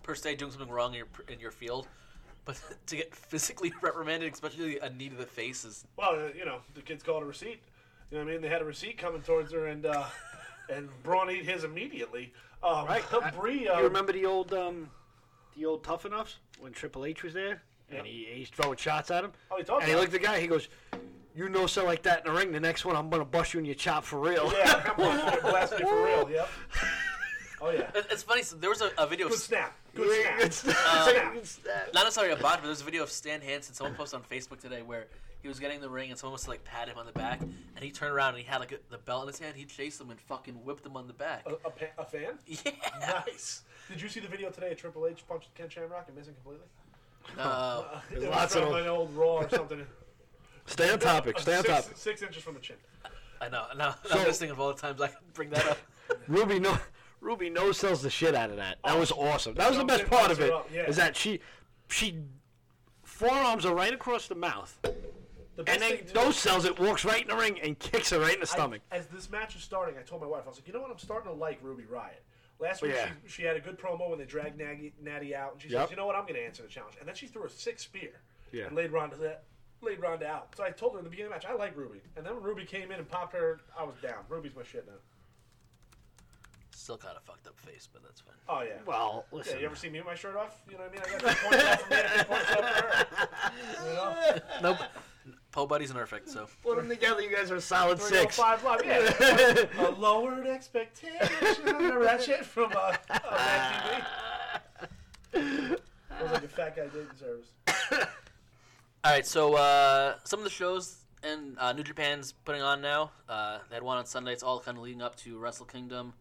per se doing something wrong in your in your field, but [LAUGHS] to get physically [LAUGHS] reprimanded, especially a knee to the face, is
Well, uh, you know, the kids called a receipt. You know what I mean? They had a receipt coming towards her, and uh, and Braun ate his immediately. Um,
Right.
Bree, uh,
you remember the old um, the old Tough Enoughs when Triple H was there and he, he's throwing shots at him.
Oh, he talked
and he
about
looked at the guy. He goes, "You know, so like that in the ring. The next one, I'm gonna bust you in your chop for real."
Yeah, I'm gonna blast you for
[LAUGHS]
real. Yep. Oh yeah.
It- it's funny. So there was a, a video. of
Good snap. Good snap.
[LAUGHS] It's-
snap.
it's that.
not necessarily a bot, but there's a video of Stan Hansen. Someone posted on Facebook today where he was getting in the ring and someone was like pat him on the back, and he turned around and he had like a, the belt in his hand. He chased them and fucking whipped them on the back.
A, a, pa- a fan?
[LAUGHS] Yeah.
Nice. Did you see the video today of Triple H punched Ken Shamrock and missing completely?
No.
It was
lots of
from
them.
an old Raw or something.
Stay on topic. Stay on
six,
topic.
Six inches from the chin.
I know. No,
So-
I'm just thinking of all the times I could bring that up. [LAUGHS]
Ruby no [LAUGHS] Ruby no sells the shit out of that. That was awesome. That was the best
Dumped it,
part of
messed
it.
her up, yeah.
Is that she she forearms are right across the mouth,
The best
and then
thing, too-
no sells it, walks right in the ring, and kicks her right in the
I-
stomach.
as this match was starting, I told my wife, I was like, you know what? I'm starting to like Ruby Riot. Last week,
Oh, Yeah.
she, she had a good promo when they dragged Natty, Natty out, and she
Yep.
says, you know what? I'm going to answer the challenge. And then she threw a six spear
Yeah.
and laid Ronda, that, laid Ronda out. So I told her in the beginning of the match, I like Ruby. And then when Ruby came in and popped her, I was down. Ruby's my shit now.
Still kind of fucked up face, but that's fine.
Oh, yeah.
Well,
yeah,
listen,
you ever see me with my shirt off? You know what I mean?
[LAUGHS]
I got three points off for me and three points off for her. You know?
Nope. Poe Buddy's an perfect, so
put them together. You guys are a solid [LAUGHS] six.
305 live. oh Yeah. A lowered expectation.
[LAUGHS]
Remember that shit from uh, uh, Mad
[LAUGHS]
TV? It was like a fat guy dating service.
All right, so uh, some of the shows and uh, New Japan's putting on now. Uh, they had one on Sunday. It's all kind of leading up to Wrestle Kingdom.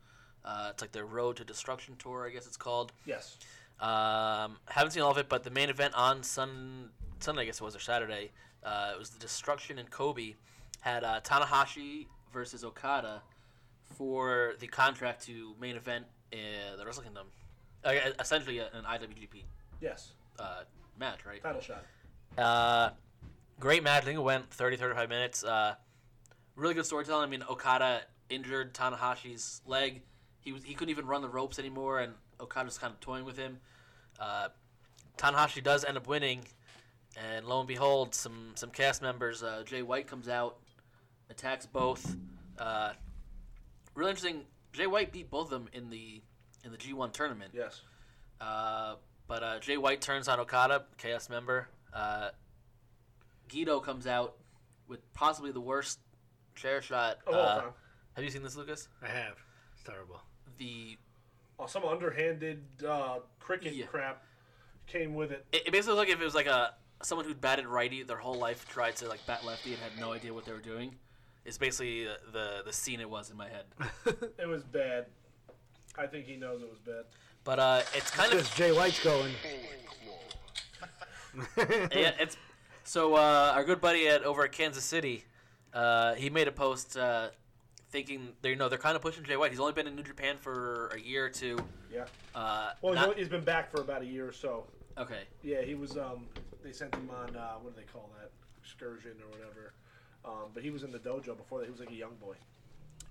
Uh, it's like their Road to Destruction tour, I guess it's called.
Yes.
Um, haven't seen all of it, but the main event on Sun Sunday, I guess it was, or Saturday, uh, it was the Destruction in Kobe. Had uh, Tanahashi versus Okada for the contract to main event in the Wrestle Kingdom. Uh, essentially, an IWGP
Yes.
uh, match, right?
Title shot.
Uh, great match. I think it went 30, 35 minutes. Uh, really good storytelling. I mean, Okada injured Tanahashi's leg. He was he couldn't even run the ropes anymore, and Okada's kind of toying with him. Uh, Tanahashi does end up winning, and lo and behold, some some cast members. Uh, Jay White comes out, attacks both. Uh, really interesting. Jay White beat both of them in the in the G1 tournament.
Yes.
Uh, but uh, Jay White turns on Okada, KS member. Uh, Guido comes out with possibly the worst chair shot.
Of all
uh,
time.
have you seen this, Lucas?
I have. It's [LAUGHS] terrible.
The
Oh, some underhanded uh, cricket
Yeah.
crap came with it.
it, it basically was like if it was like a someone who'd batted righty their whole life tried to like bat lefty and had no idea what they were doing. It's basically uh, the the scene it was in my head.
It was bad. I think he knows it was bad.
But uh, it's kind of
[LAUGHS] Because Jay White's going.
yeah, it's so uh, our good buddy at over at Kansas City, uh, he made a post uh, thinking they you know they're kind of pushing Jay White. He's only been in New Japan for a year or two.
Yeah.
Uh,
Well, he's
not-
only- he's been back for about a year or so.
okay,
Yeah, he was. Um, they sent him on uh, what do they call that excursion or whatever. Um, but he was in the dojo before that. He was like a young boy.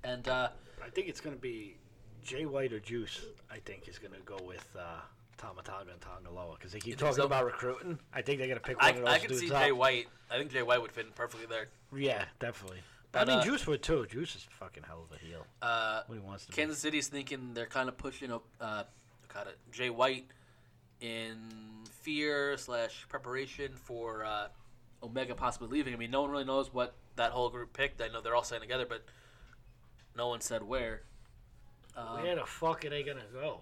and uh,
I think it's gonna be Jay White or Juice. I think is gonna go with uh, Tamatanga and Tongaloa because they keep
think
talking
so?
about recruiting. I think they're gonna pick one
I,
of those
I can
dudes
see
up.
Jay White. I think Jay White would fit in perfectly there.
Yeah, definitely.
But,
I mean,
uh,
Juice would too. Juice is fucking hell of a heel.
Uh,
What he wants to be.
Kansas City's thinking they're kind of pushing uh, kind of Jay White in fear slash preparation for uh, Omega possibly leaving. I mean, no one really knows what that whole group picked. I know they're all staying together, but no one said where. Um,
Where the fuck are they gonna go?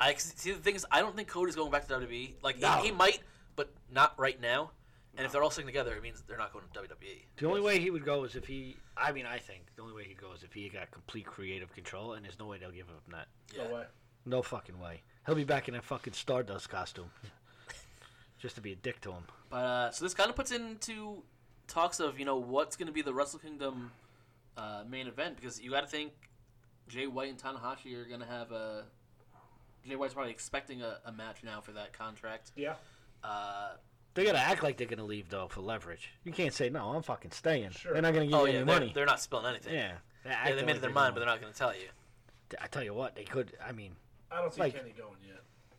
I see the thing is, I don't think Cody's going back to WWE. Like he-
No.
he, might, but not right now. And if they're all staying together, it means they're not going to E. WWE.
The only way he would go is if he. I mean, I think the only way he'd go is if he got complete creative control, and there's no way they'll give him that.
Yeah.
No way.
No fucking way. He'll be back in that fucking Stardust costume, [LAUGHS] just to be a dick to him.
But uh, so this kind of puts into talks of you know what's going to be the Wrestle Kingdom uh, main event because you got to think Jay White and Tanahashi are going to have a Jay White's probably expecting a, a match now for that contract.
Yeah.
Uh,
They gotta act like they're gonna leave though for leverage. You can't say no. I'm fucking staying.
Sure.
They're not gonna give
oh
you
yeah,
any
they're,
money.
they're not spilling anything.
yeah.
Yeah, they made up their mind, but they're not going to tell you.
not. I tell you what, they could. I mean,
I don't see
Like-
Kenny going yet.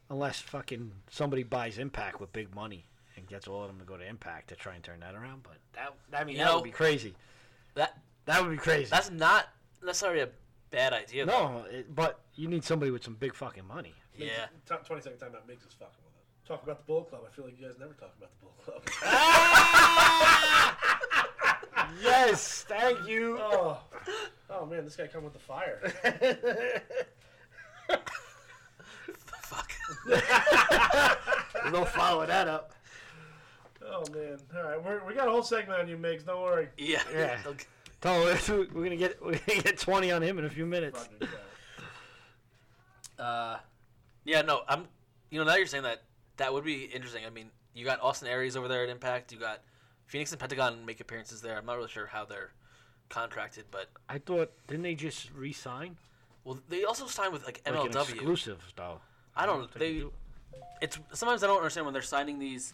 unless fucking somebody buys Impact with big money and gets all of them to go to Impact to try and turn that around. But that, I mean,
You
that
know-
would be crazy.
That
That would be crazy.
that's not necessarily a bad idea. though.
no, it, but you need somebody with some big fucking money.
Migs-
Yeah. [LAUGHS]
Top twenty second time out. Migs is fucking with us. Talk about the Bull Club. I feel like you guys never talk about the Bull Club.
[LAUGHS]
yes, thank you.
oh. Oh man, this guy come with the fire.
Fuck. [LAUGHS]
We're gonna follow that [LAUGHS] up.
Oh man. All right, we're, we got a whole segment on you, Migs. Don't worry.
yeah.
Yeah. Tell him we're gonna get we're gonna get twenty on him in a few minutes.
Roger, you got it.
Uh, yeah, no, I'm. You know, now you're saying that that would be interesting. I mean, you got Austin Aries over there at Impact. You got Phoenix and Pentagon make appearances there. I'm not really sure how they're contracted, but
I thought didn't they just re-sign?
well, they also signed with like
Like an
MLW.
exclusive though.
I don't.
think
They.
do.
It's sometimes I don't understand when they're signing these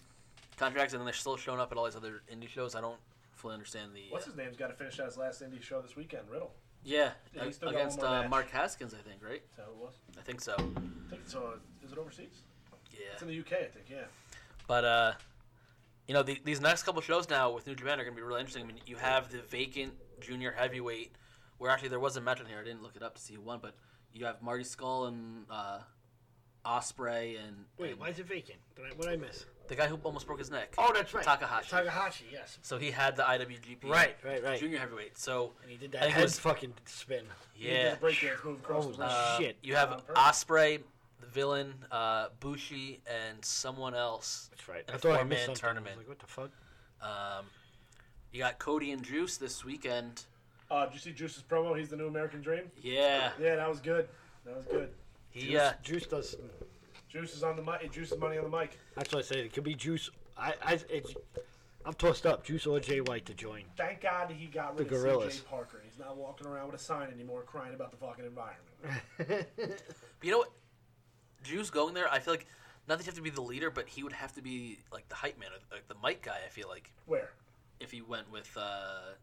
contracts and then they're still showing up at all these other indie shows. I don't fully understand the.
What's his name's got to finish out his last indie show this weekend? Riddle.
yeah,
Yeah, he's still got
against
one more
uh,
match.
Mark Haskins, I think. Right?
Is that who it was?
I think so.
I think so. Is it overseas? It's in
Yeah.
the UK, I think. Yeah.
But uh, you know, the, these next couple shows now with New Japan are going to be really interesting. I mean, you have the vacant junior heavyweight, where actually there was a match on here. I didn't look it up to see who won, but you have Marty Skull and uh, Osprey and,
Wait,
and
why is it vacant? Did I, what did I miss?
the guy who almost broke his neck.
Oh, that's right.
Takahashi.
Takahashi, yes.
So he had the IWGP
Right, right, right.
junior heavyweight. So
And he did
I
that
think it
head
was-
fucking spin.
He did
yeah,
the breakdance move across the
Oh,
ring.
Uh,
Shit.
You have
On purpose.
Osprey, the villain, uh, Bushi, and someone else.
That's right.
in
I
a
thought I
four-man
missed something.
tournament.
I was like, what the fuck?
Um, you got Cody and Juice this weekend.
Uh, did you see Juice's promo? He's the new American Dream.
Yeah,
Yeah, that was good. That was good.
he uh,
Juice does.
Juice is on the mic. Juice is money on the mic.
That's what I said. It could be Juice. I, I, it's, I'm tossed up. Juice or Jay White
[LAUGHS]
to join.
Thank God he got rid
The
of
gorillas.
CJ Parker. He's not walking around with a sign anymore crying about the fucking environment.
But you know what? Drew's going there. I feel like not that you have to be the leader, but he would have to be like the hype man, or, like the mic guy. I feel like
Where?
if he went with uh,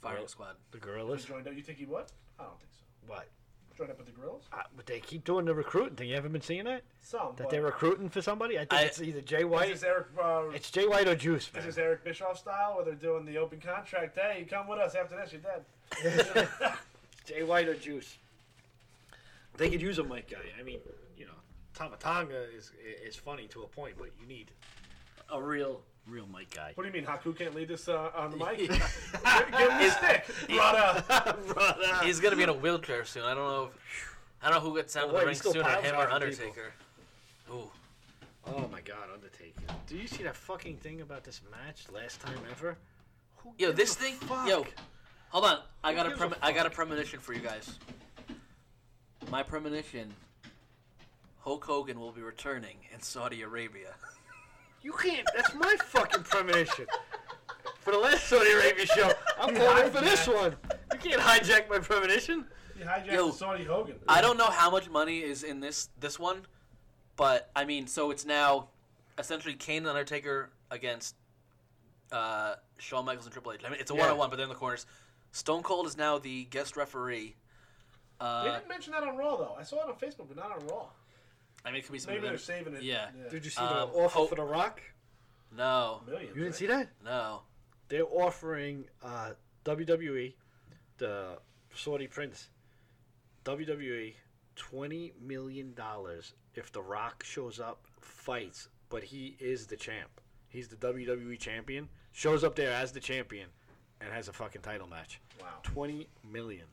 firing
Well-
squad,
The
He
Gorillas.
joined up. You think he would? I don't think so.
What?
Joined up with the Gorillas?
Uh, but they keep doing the recruiting thing. You haven't been seeing that?
Some.
That
but-
they're recruiting for somebody? I think
I-
it's either Jay
Is
White.
this Eric? Uh,
It's Jay White or Juice,
is
man.
this Eric Bischoff style where they're doing the open contract? Hey, you come with us. After this, you're dead.
Jay White or Juice. They could use a mic guy. I mean, you know, Tamatanga is is funny to a point, but
[LAUGHS]
you need a real, real mic guy.
What do you mean, Haku can't lead this uh, on the
[LAUGHS]
mic? Give him the stick, Rada.
he's gonna be in a wheelchair soon. I don't know. If, I don't know who gets down to
Well,
the
he
ring
still
sooner,
piles
him
on
or
people.
Undertaker. Ooh,
Oh my God, Undertaker! Do you see that fucking thing about this match last time ever? Who
yo,
gives
this
a
thing,
fuck?
yo, hold on. I got a,
gives a
premi- I got a
fuck?
premonition for you guys. My premonition: Hulk Hogan will be returning in Saudi Arabia.
you can't. That's my fucking premonition. For the last Saudi Arabia show, I'm calling for this one. You can't hijack my premonition.
He hijacked
Yo.
Saudi Hogan.
I don't know how much money is in this this one, but I mean, so it's now essentially Kane and Undertaker against uh, Shawn Michaels and Triple H. I mean, it's a
Yeah.
one on one, but they're in the corners. Stone Cold is now the guest referee.
They
Uh,
didn't mention that on Raw though. I saw it on Facebook, but not on Raw.
I mean, it could be something.
Maybe they're
that-
saving it.
Yeah.
Did you see
Um,
the offer
Ho-
for The Rock?
No,
Millions.
You didn't
right?
see that?
no.
They're offering uh, WWE, the Saudi Prince, WWE, twenty million dollars if The Rock shows up, fights, but he is the champ. He's the WWE champion. Shows up there as the champion, and has a fucking title match.
Wow.
Twenty million.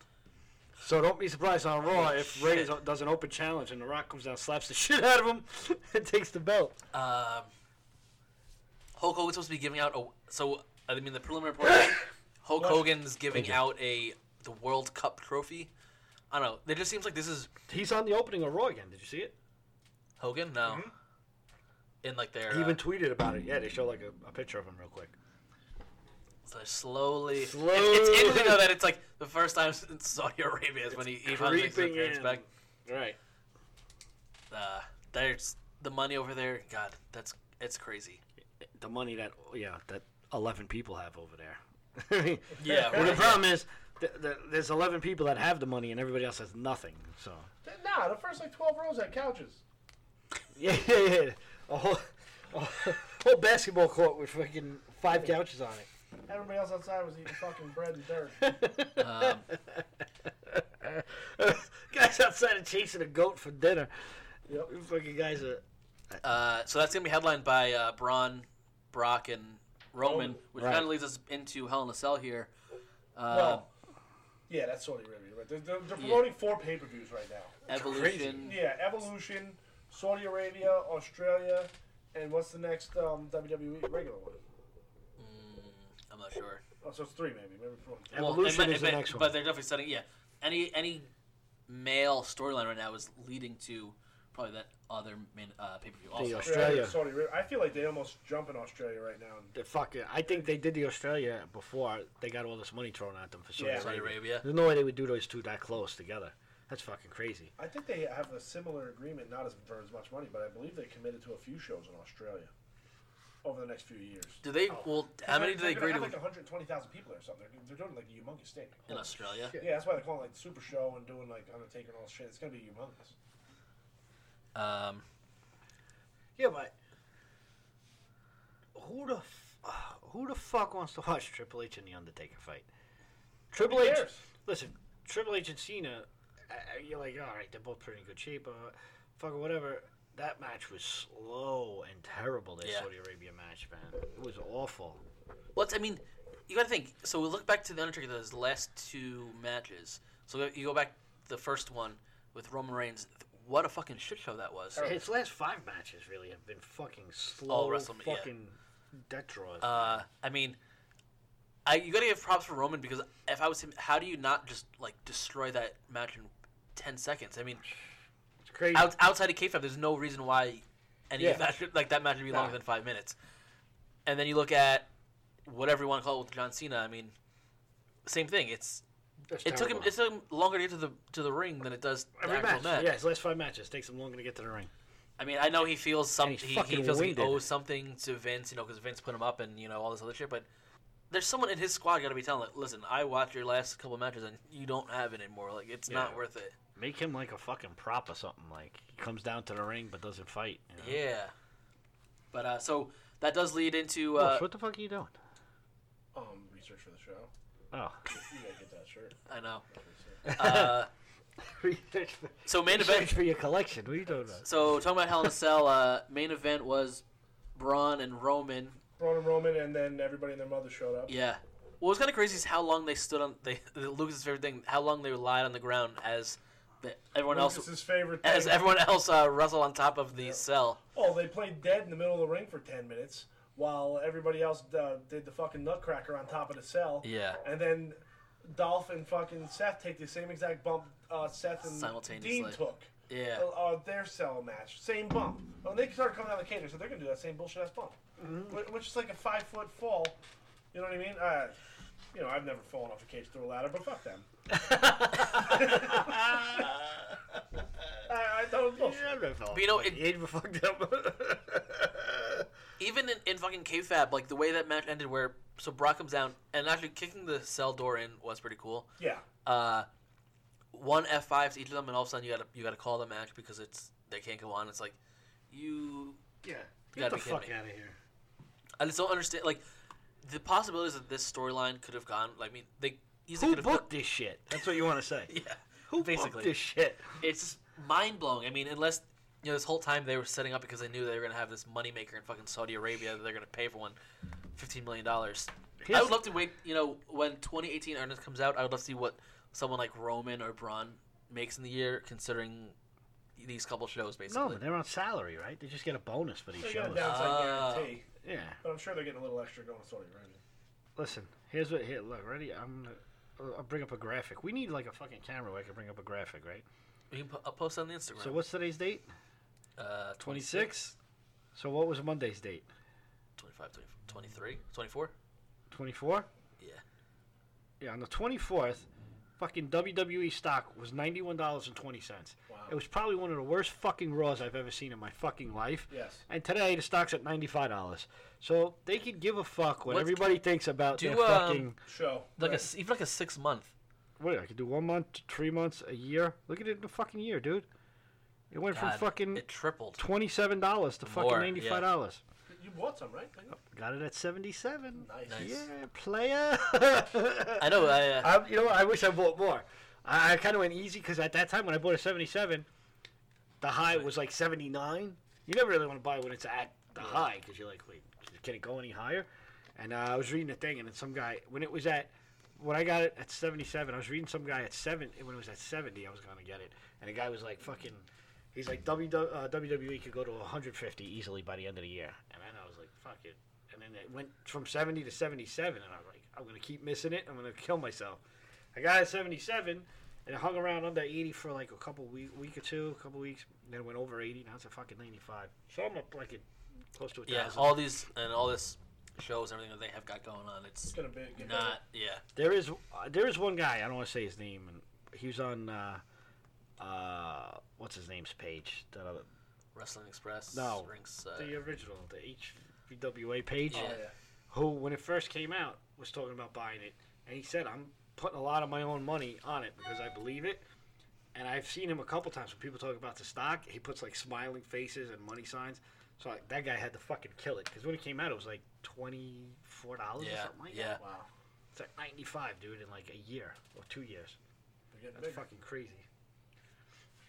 So don't be surprised on Raw if Ray
shit.
does- does an open challenge and The Rock comes down, slaps the [LAUGHS] shit out of him, [LAUGHS] and takes the belt.
Um, Hulk Hogan's supposed to be giving out a. So I mean, the preliminary report.
[COUGHS]
Hulk Hogan's giving
you.
out a the World Cup trophy. I don't know. It just seems like this is
He's on the opening of Raw again. Did you see it?
Hogan. No. In like their
He
uh,
even tweeted about it. Yeah, they show like a, a picture of him real quick.
So slowly, it's,
Slowly.
it's interesting though that it's like the first time [LAUGHS] since Saudi Arabia is when he, he finally makes an
creeping
appearance
in.
back.
Right.
Uh, there's the money over there. God, that's it's crazy.
The money that yeah that eleven people have over there. [LAUGHS]
Yeah,
well, the
right.
problem is th- th- there's eleven people that have the money and everybody else has nothing. So
Nah, the first like twelve rows had couches.
[LAUGHS] yeah, yeah, yeah. A whole, a whole basketball court with fucking five couches on it.
Everybody else outside was eating fucking [LAUGHS] bread and dirt.
Um,
[LAUGHS] guys outside are chasing a goat for dinner.
Yep.
Fucking guys are.
uh, so that's gonna be headlined by uh, Braun, Brock, and Roman,
Roman,
which
right.
kind of leads us into Hell in a Cell here. Uh,
Well, yeah, that's Saudi Arabia. Right? They're, they're, they're promoting four pay per views right now.
Evolution.
Yeah, Evolution, Saudi Arabia, Australia, and what's the next um, WWE regular one?
I'm not sure.
Oh, so it's three maybe. Maybe four.
Well, it
Evolution
might-
is
it
the
might-
next one.
But they're definitely setting. Yeah, any any male storyline right now is leading to probably that other main uh, pay per view
The
also.
Austra- Australia.
Saudi Arabia. I feel like they almost jump in Australia right now.
The fuck it. I think they did the Australia before they got all this money thrown at them for Saudi
Yeah.
Arabia.
Saudi Arabia.
There's no way they would do those two that close together. That's fucking crazy.
I think they have a similar agreement, not as for as much money, but I believe they committed to a few shows in Australia over the next few years.
Do they?
Oh.
Well, how many do they
They're gonna
agree to
have like 120,000 people or something. They're, they're doing like a humongous thing.
in Australia?
Yeah, that's why they're calling it like Super Show and doing like Undertaker and all this shit. It's gonna be humongous.
Um,
Yeah, but who the f- [SIGHS] who the fuck wants to watch Triple H and the Undertaker fight? Triple
Who
H.
cares?
Listen, Triple H and Cena. Uh, you're like, all right, they're both pretty good shape. Uh, fuck whatever. That match was slow and terrible. That
Yeah.
Saudi Arabia match, man, it was awful.
let's. I mean, you got to think. So we look back to the Undertaker those last two matches. So you go back to the first one with Roman Reigns. What a fucking shit show that was.
His last five matches really have been fucking slow,
All WrestleMania.
fucking death draws.
Uh, I mean, I you gotta give props for Roman because if I was him, how do you not just like destroy that match in ten seconds? I mean,
it's crazy.
out, outside of kayfabe, there's no reason why any
Yeah.
match like that match would be longer
Nah.
than five minutes. And then you look at whatever you want to call it with John Cena. I mean, same thing. It's
That's
it took him
terrible.
it took him longer to get to the to the ring than it does the
every
actual
match.
match.
Yeah, his last five matches takes him longer to get to the ring.
I mean, I know he feels some.
And he's
He, he
fucking
feels like
winged
he
it.
owes something to Vince, you know, because Vince put him up and you know all this other shit. But there's someone in his squad got to be telling, like, listen, I watched your last couple of matches and you don't have it anymore. Like it's not
Yeah.
worth it.
Make him like a fucking prop or something. Like he comes down to the ring but doesn't fight. you know?
Yeah. But uh, so that does lead into
Wolf,
uh,
what the fuck are you doing?
Um, research for the show.
Oh, [LAUGHS]
You gotta get
[LAUGHS]
that shirt.
I know. Uh,
research for,
[LAUGHS] so main event.
your collection. What are you doing?
[LAUGHS]
[LAUGHS]
So talking about Hell in a Cell, uh, main event was Braun and Roman.
Braun and Roman, and then everybody and their mother showed up.
Yeah. What was kind of crazy is how long they stood on. They [LAUGHS] Lucas's favorite thing. How long they lied on the ground as. the- Everyone else
Lucas's favorite thing.
as everyone else uh, wrestle on top of the cell.
Oh, they played dead in the middle of the ring for 10 minutes while everybody else uh, did the fucking nutcracker on top of the cell.
Yeah.
And then Dolph and fucking Seth take the same exact bump uh, Seth and
Simultaneously.
Dean took.
Yeah.
Uh, uh, their cell match. Same bump. When they started coming down the cage, so they're going to do that same bullshit ass bump.
Mm-hmm.
Wh- Which is like a five foot fall. You know what I mean? Uh, you know, I've never fallen off a cage through a ladder, but fuck them. Uh, I, oh, I thought it was bullshit.
But you know, it-
he ain't even fucked up.
Even in, in fucking KFAB, like the way that match ended, where so Brock comes down and actually kicking the cell door in was pretty cool.
Yeah.
Uh, one F five to each of them, and all of a sudden you gotta you gotta call the match because it's they can't go on. It's like you.
[LAUGHS] yeah,
Gotta
get the
be kidding
fuck
me.
out of here.
I just don't understand like the possibilities that this storyline could have gone. Like, I mean, they easily
Who
could have.
booked this shit? That's what you want to say.
[LAUGHS] yeah.
Who
basically.
booked this shit?
it's just mind blowing. I mean, unless you know, this whole time they were setting up because they knew they were gonna have this moneymaker in fucking Saudi Arabia that they're gonna pay for one, fifteen million dollars. I
Here's-
would love to wait. You know, when 2018 earnings comes out, I would love to see what someone like Roman or Braun makes in the year, considering these couple shows
No,
basically.
but they're on salary, right? They just get a bonus for these
They got a
shows.
downside
Oh.
guarantee,
Yeah.
but I'm sure they're getting a little extra going to Saudi Arabia.
Listen, here's what. Here, look, ready? I'm. gonna- I'll bring up a graphic. We need like a fucking camera where I can bring up a graphic, right?
You can po- I'll post on the Instagram.
So what's today's date?
uh,
26. So what was Monday's date?
25, 20 23, 24?
24?
Yeah.
Yeah, on the 24th, fucking WWE stock was $91.20.
Wow.
It was probably one of the worst fucking Raws I've ever seen in my fucking life.
Yes.
And today the stock's at $95. So they could give a fuck what
Let's-
everybody thinks about
do,
their
um,
fucking.
Show.
Like a
Right.
s even like a six month.
What, I could do one month, three months, a year? Look at it in a fucking year, dude. It went from
God,
fucking
it tripled.
$27 to fucking
More, yeah.
$95.
You bought some, right?
Got it at 77
Nice.
Nice.
Yeah, player. [LAUGHS]
I know. I, uh,
I, you know, what? I wish I bought more. I, I kind of went easy because at that time when I bought a 77, the high was like 79. You never really want to buy when it's at the high because you're like, wait, can it go any higher? And uh, I was reading the thing, and then some guy when it was at when I got it at 77, I was reading some guy at seven when it was at 70, I was gonna get it, and the guy was like, fucking. He's like "WW- uh, WWE could go to 150 easily by the end of the year, and then I was like, "Fuck it," and then it went from 70 to 77, and I was like, "I'm gonna keep missing it. I'm gonna kill myself." I got it at 77, And it hung around under 80 for like a couple week, week or two, a couple weeks, and then it went over 80. Now it's a fucking 95. So I'm up like a, close to a
Yeah,
thousand.
all these and all this shows, everything that they have got going on, it's
It's gonna be get
not. Yeah,
There is uh, there is one guy I don't want to say his name, and he was on uh, uh, what's his name's page, the, other-
Wrestling Express. uh,
No.
ringside.
the original, the HBWA page,
Yeah.
better. Oh, yeah.
who when it first came out was talking about buying it, and he said I'm putting a lot of my own money on it because I believe it, and I've seen him a couple times when people talk about the stock, he puts like smiling faces and money signs. So like, that guy had to fucking kill it because when it came out, it was like twenty four dollars or
Yeah,
something like
yeah.
that. Wow, it's like ninety five, dude, in like a year or two years.
They're getting
That's
bigger.
fucking crazy. [LAUGHS]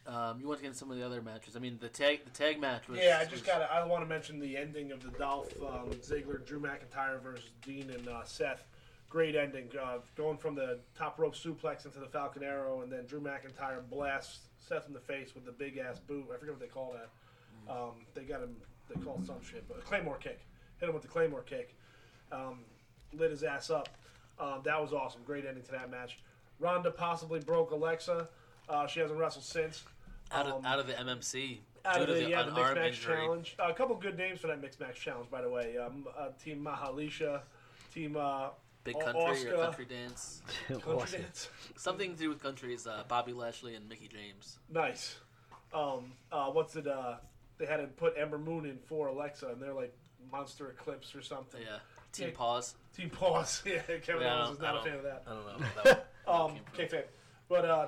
Um, you want to get into some of the other matches? I mean, the tag the tag match was.
Yeah, I just
was-
got. to I want to mention the ending of the Dolph um, Ziggler, Drew McIntyre versus Dean and uh, Seth. Great ending, uh, going from the top rope suplex into the Falcon Arrow, and then Drew McIntyre blasts Seth in the face with the big ass boot. I forget what they call that. Um, they got him. They call it some shit, but a Claymore kick. Hit him with the Claymore kick. Um, lit his ass up. Um, that was awesome. Great ending to that match. Ronda possibly broke Alexa. Uh, she hasn't wrestled since
out of
um,
out of the MMC
out
due
of
to
the,
the
yeah, the mixed
unarmed
match
injury.
challenge. Uh, a couple good names for that mixed match challenge, by the way. Um, uh, team Mahalisha, team uh,
Big
O-
country
Oscar,
or country dance,
Country Dance. [LAUGHS]
something to do with country is uh, Bobby Lashley and Mickey James.
Nice. Um, uh, what's it? Uh, they had to put Ember Moon in for Alexa, and they're like Monster Eclipse or something.
Yeah, Team
Yeah.
Pause.
Team Pause. [LAUGHS] Yeah, Kevin
Yeah, I
Owens is
don't- I
not a
don't-
fan of that.
I don't know.
[LAUGHS]
about That
Um,
came from-
kick fan. But uh,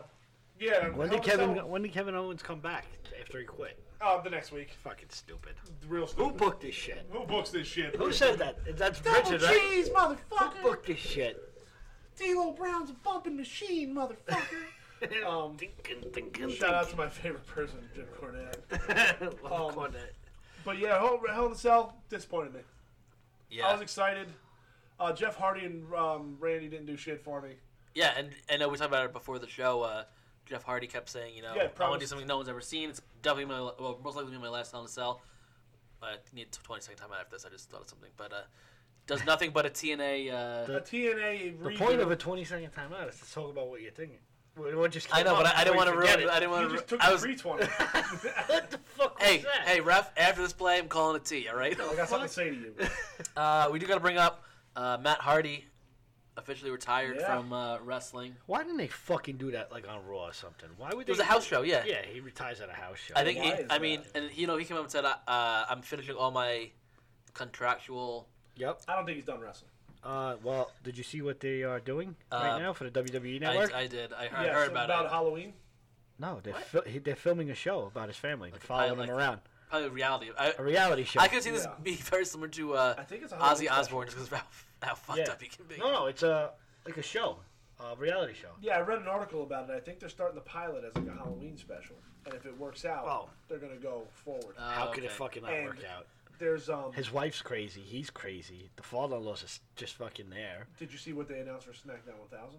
yeah. Hell
When
in
did
a
Kevin
Cell-
When did Kevin Owens come back after he quit?
Uh, the next week.
Fucking stupid.
Real
Who
stupid.
booked this shit?
Who books this shit?
Who said that? That's
Double
Richard, right?
cheese,
Who
motherfucker.
booked this shit?
D'Lo Brown's a bumping machine, motherfucker. Um,
Thinking, thinking,
Shout out to my favorite person, Jim Cornette.
thinking.
[LAUGHS]
um,
Love Cornette.
But yeah, Hell, Hell in a Cell disappointed me. I
Yeah,
was excited. Uh, Jeff Hardy and um, Randy didn't do shit for me.
yeah, and and uh, we talked about it before the show. Uh, Jeff Hardy kept saying, you know, I
Yeah,
want to do
promise.
something no one's ever seen. It's definitely my well, most likely be my last Hell in a Cell. But I need to 20 second time after this. I just thought of something, but uh,
[LAUGHS]
does nothing but a TNA. Uh,
A TNA
The
redo-
point of a 20 second timeout is to talk about what you're thinking. What what just
I
came
know,
up,
but I, I
how
didn't
you
want to
forget
ruin. I didn't
You
want
just
to.
took
I
the
was. [LAUGHS]
free 20.
[LAUGHS] it. what the fuck was
Hey,
that?
hey, ref! After this play, I'm calling a T. All right.
I got something to say to you.
Uh, we do got to bring up uh, Matt Hardy, officially retired
Yeah.
from uh, wrestling.
Why didn't they fucking do that like on Raw or something? Why
It
would
was
they?
a house show, yeah.
Yeah, he retires at a house show.
I think.
Why
He,
is
I mean,
that?
and you know, he came up and said, uh, uh, "I'm finishing all my contractual."
Yep.
I don't think he's done wrestling.
Uh, well, did you see what they are doing
Uh,
right now for the WWE
I,
network?
I did. I heard,
Yeah,
heard
so
about, it.
Halloween.
No, they're
What?
fil- he- they're filming a show about his family. They're
Like a
following
pilot,
him
like-
around.
Probably reality. I,
A reality show.
I could see this
Yeah.
being [LAUGHS] very similar to uh,
I think it's a Halloween
Ozzy
special.
Osbourne, just because of how, how fucked
Yeah.
up he can be.
No, no, it's a like a show, a reality show.
Yeah, I read an article about it. I think they're starting the pilot as like a Halloween special, and if it works out,
Oh.
they're gonna go forward.
Uh,
How could it
okay.
fucking not
And-
work out?
There's um.
His wife's crazy. He's crazy. The father-in-law's is just fucking there.
Did you see what they announced for SmackDown 1000?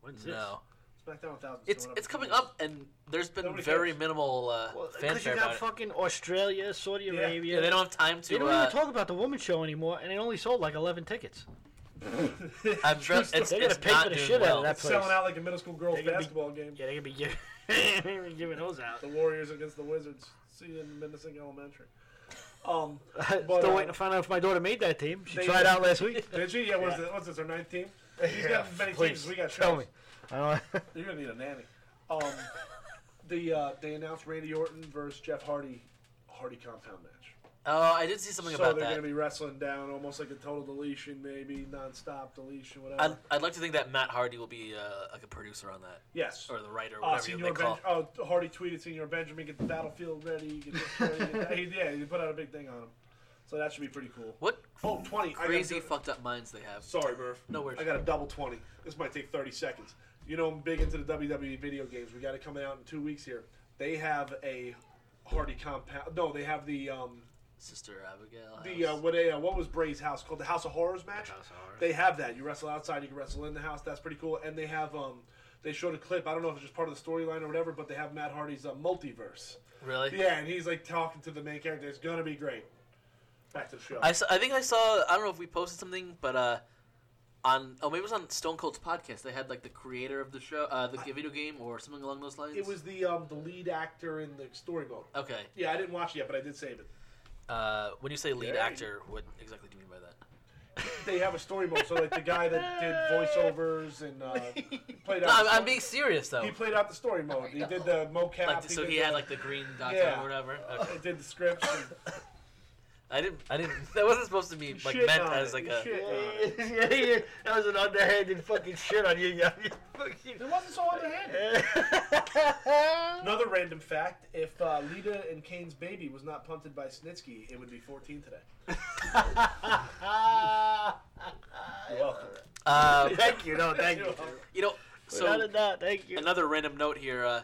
When's this?
No,
SmackDown 1000.
it's it's coming up, and there's been
Nobody
very
cares.
minimal uh,
Well, because
fanfare
you got
about it.
fucking Australia, Saudi
Yeah.
Arabia.
Yeah, they don't have time
They
to.
don't
uh,
even talk about the woman show anymore, and it only sold like 11 tickets.
[LAUGHS]
I'm sure it's, it's
They're gonna pay
not
for the
doing
shit out
well.
of that place.
selling out like a middle school girls
They're gonna be-
basketball game.
Yeah, they're gonna be giving, [LAUGHS] they're gonna be giving those out.
The Warriors against the Wizards. See you in Menacing Elementary. Um,
[LAUGHS] Still
uh,
waiting to find out if my daughter made that team. She
they-
tried out last [LAUGHS] week.
did she? Yeah, what's, It, what's this, her ninth team? She's got as many
please,
teams as we got
tell
shows.
me. I don't-
You're going to need a nanny. Um, [LAUGHS] the, uh, they announced Randy Orton versus Jeff Hardy, Hardy compound match.
Oh, I did see something
so
about
they're
that.
to be wrestling down almost like a total deletion, maybe, nonstop deletion, whatever.
I'd, I'd like to think that Matt Hardy will be uh, like a producer on that,
yes.
or the writer,
Uh,
whatever you
Senior
they call.
ben- oh, Hardy tweeted, Senior Benjamin, get the battlefield ready. Get this ready get that. He- yeah, he put out a big thing on him. So that should be pretty cool.
What
Oh, 20. I gotta
crazy
do it.
fucked up minds they have.
Sorry, Murph.
No worries.
I got a double 20. This might take 30 seconds. You know, I'm big into the WWE video games. We got it coming out in two weeks here. They have a Hardy compound. No, they have the um
Sister Abigail.
the uh,
House.
what a, uh, what was Bray's house called the House of Horrors match.
House of Horrors.
They have that. You wrestle outside. You can wrestle in the house. That's pretty cool. And they have um they showed a clip. I don't know if it's just part of the storyline or whatever, but they have Matt Hardy's uh, multiverse.
really?
Yeah, and he's like talking to the main character. It's gonna be great. Back to the show.
I, saw, I think I saw. I don't know if we posted something, but uh, on oh maybe it was on Stone Cold's podcast. They had like the creator of the show, uh, the video game, or something along those lines.
It was the um, the lead actor in the story mode.
okay.
Yeah, I didn't watch it yet, but I did save it.
Uh, when you say lead
Yeah.
actor, what exactly do you mean by that?
They have a story mode, so like the guy
[LAUGHS]
that did voiceovers and uh, played
No,
out.
I'm,
the
I'm
sto-
being serious though.
He played out the story mode. He did the mocap.
Like, so
did
he
the-
had like the green doctor
uh, Yeah.
or whatever. Okay.
he did the scripts. and-
I didn't. I didn't. [LAUGHS] That wasn't supposed to be like
shit
meant
on
as
it.
like
You
a.
shit on it.
[LAUGHS] yeah, [LAUGHS] yeah, yeah. That was an underhanded fucking shit on you, you fucking. [LAUGHS]
It wasn't so underhanded. Another random fact: If uh, Lita and Kane's baby was not punted by Snitsky, it would be 14 today. You're welcome. [LAUGHS]
Um,
Ah. thank you, no, thank you.
you know.
Without a
So
doubt, thank you.
another random note here. Uh,